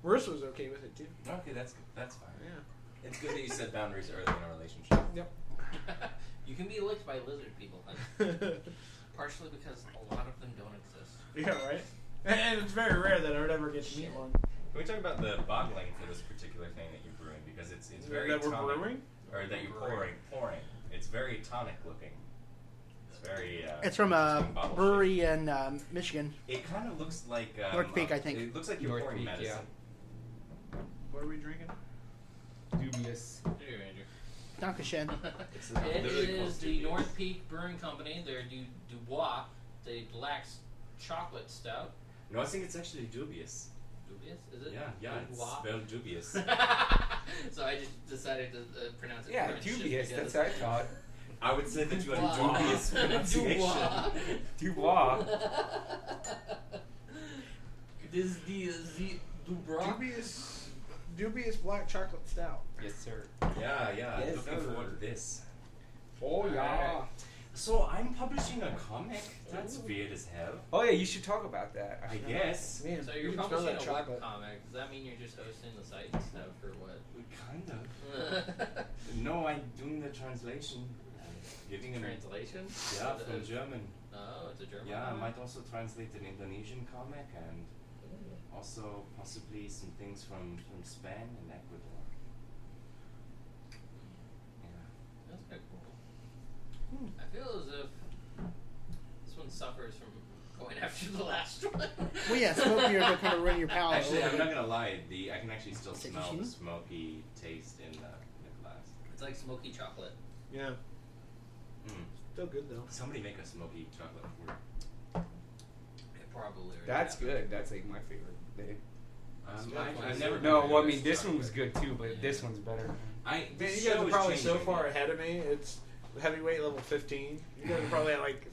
Marissa was okay with it too. Okay, that's that's fine. Yeah. (laughs) It's good that you set boundaries early in a relationship. you can be licked by lizard people, and yeah, partially because a lot of them don't exist. right. And it's very rare that I would ever get to meet Shit. one. Can we talk about the bottling for this particular thing that you're brewing because it's it's very that we're tonic, brewing. or that you're pouring pouring. It's very tonic looking. It's very. Uh, It's from a interesting bottle brewery in um, Michigan. shape. It kind of looks like um, North Peak, uh, I think. It looks like you're North pouring Peak, medicine. What are we drinking? Dubious. Here, Andrew. Dankeschön. It's (laughs) It literally is close to the you. North Peak Brewing Company. They're Du Dubois, the black s- chocolate stout. No, I think it's actually dubious. Dubious, is it? Yeah, yeah, it's Dubois. spelled (laughs) dubious. so I just decided to uh, pronounce it. Yeah, French just dubious. because- That's what I thought. I would say that you had Dubois. (laughs) dubious Dubois. pronunciation. (laughs) Dubois. This the the Dubois. Dubious, dubious black chocolate stout. Yes, sir. yeah, yeah. Yes, looking sir. forward to this. Oh yeah. So I'm publishing a comic. That's weird as hell. Oh yeah. You should talk about that. I guess. Man, So you you're can smell publishing that a chocolate. web comic. Does that mean you're just hosting the site and stuff, or Kind of. what? (laughs) No, I'm doing the translation. I'm giving him Translation? yeah Is it- from German. Oh, it's a German. Yeah, I comic? might also translate an Indonesian comic and also possibly some things from from Spain and Ecuador. Yeah. That's kind of cool. Hmm. I feel as if this one suffers from going (laughs) after the last one. Well, yeah, smoke beer will kind of ruin your palate. Actually, a I'm little not bit. gonna lie. The I can actually still Oh. Is it smell the Fukushima? smoky taste in the, in the glass. It's like smoky chocolate. Yeah, Mm. still good though. Somebody make a smoky chocolate for It probably. already That's happened. good. That's like my favorite. They- um, Yeah, I, I've fine. never. No, been to well, I this mean this one chocolate. was good too, but Yeah. this one's better. I Man, this you guys show are is probably so changing. far ahead of me. It's heavyweight level 15. You guys are probably at like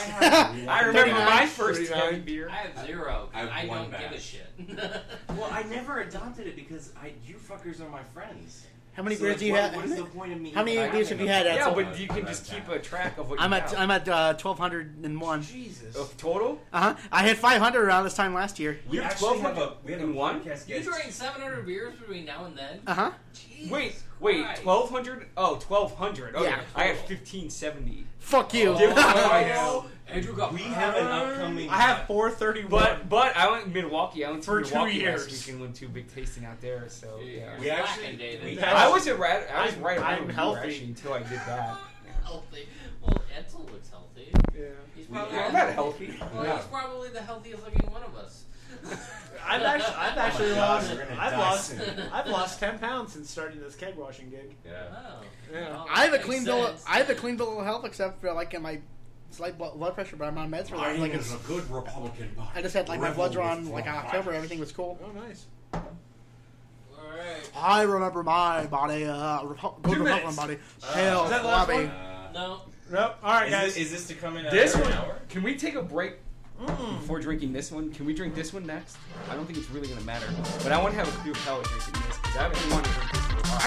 (laughs) I have one I remember guy. my first 39. heavy beer. I have zero. 'cause I have I, one don't give a batch. shit. (laughs) Well, I never adopted it because I, you fuckers are my friends. How many So, beers like, do you what- have? What is the point of me? how many having beers have you a- had, yeah, That's but you can just keep a track of (laughs) what I'm you at have. I'm at uh, 1201. Jesus. of total. Uh huh. I had 500 around this time last year. We You're actually 1200 have a we have a in one? podcast you guest. drink 700 beers between now and then? Uh huh. Jesus Wait, wait, Christ. twelve hundred? Oh, twelve hundred. Oh, Yeah. yeah. I had fifteen seventy. Fuck (laughs) you. Give it to Oh, my house. Andrew got We have an upcoming. I have 431. But but I went to Milwaukee. I went to For two Milwaukee last years. week and went to a big tasting out there. So yeah, We actually- Oh, Slacking, David. we- I was a rat. I was I'm- right around I'm you, healthy. actually until I did that. Yeah. (laughs) healthy. Well, Edsel looks healthy. yeah. He's We- probably Yeah, I'm not healthy. Well, Yeah. he's probably the healthiest looking one of us. (laughs) (laughs) I've actually, I've my actually God, lost, we're gonna I've die lost, soon. I've lost 10 pounds since starting this keg washing gig. Yeah. Oh. Yeah. Oh, I have a makes clean bill. Of, sense. I have a clean bill of health except for like in my slight blo- blood pressure, but I'm on meds for that. Like it's, good Republican body. I just had like my blood drawn like in October. Everything was cool. Oh, nice. All right. I remember my body, uh, Repu- good Two Republican minutes. body, Uh, pale, is that the last flabby. one? Uh, No. Nope. All right, is, guys. this, is this to come in This another one. hour? Can we take a break Mm. before drinking this one? Can we drink this one next? I don't think it's really gonna matter. But I want to have a clear palate drinking this because I haven't wanted to drink this for a while.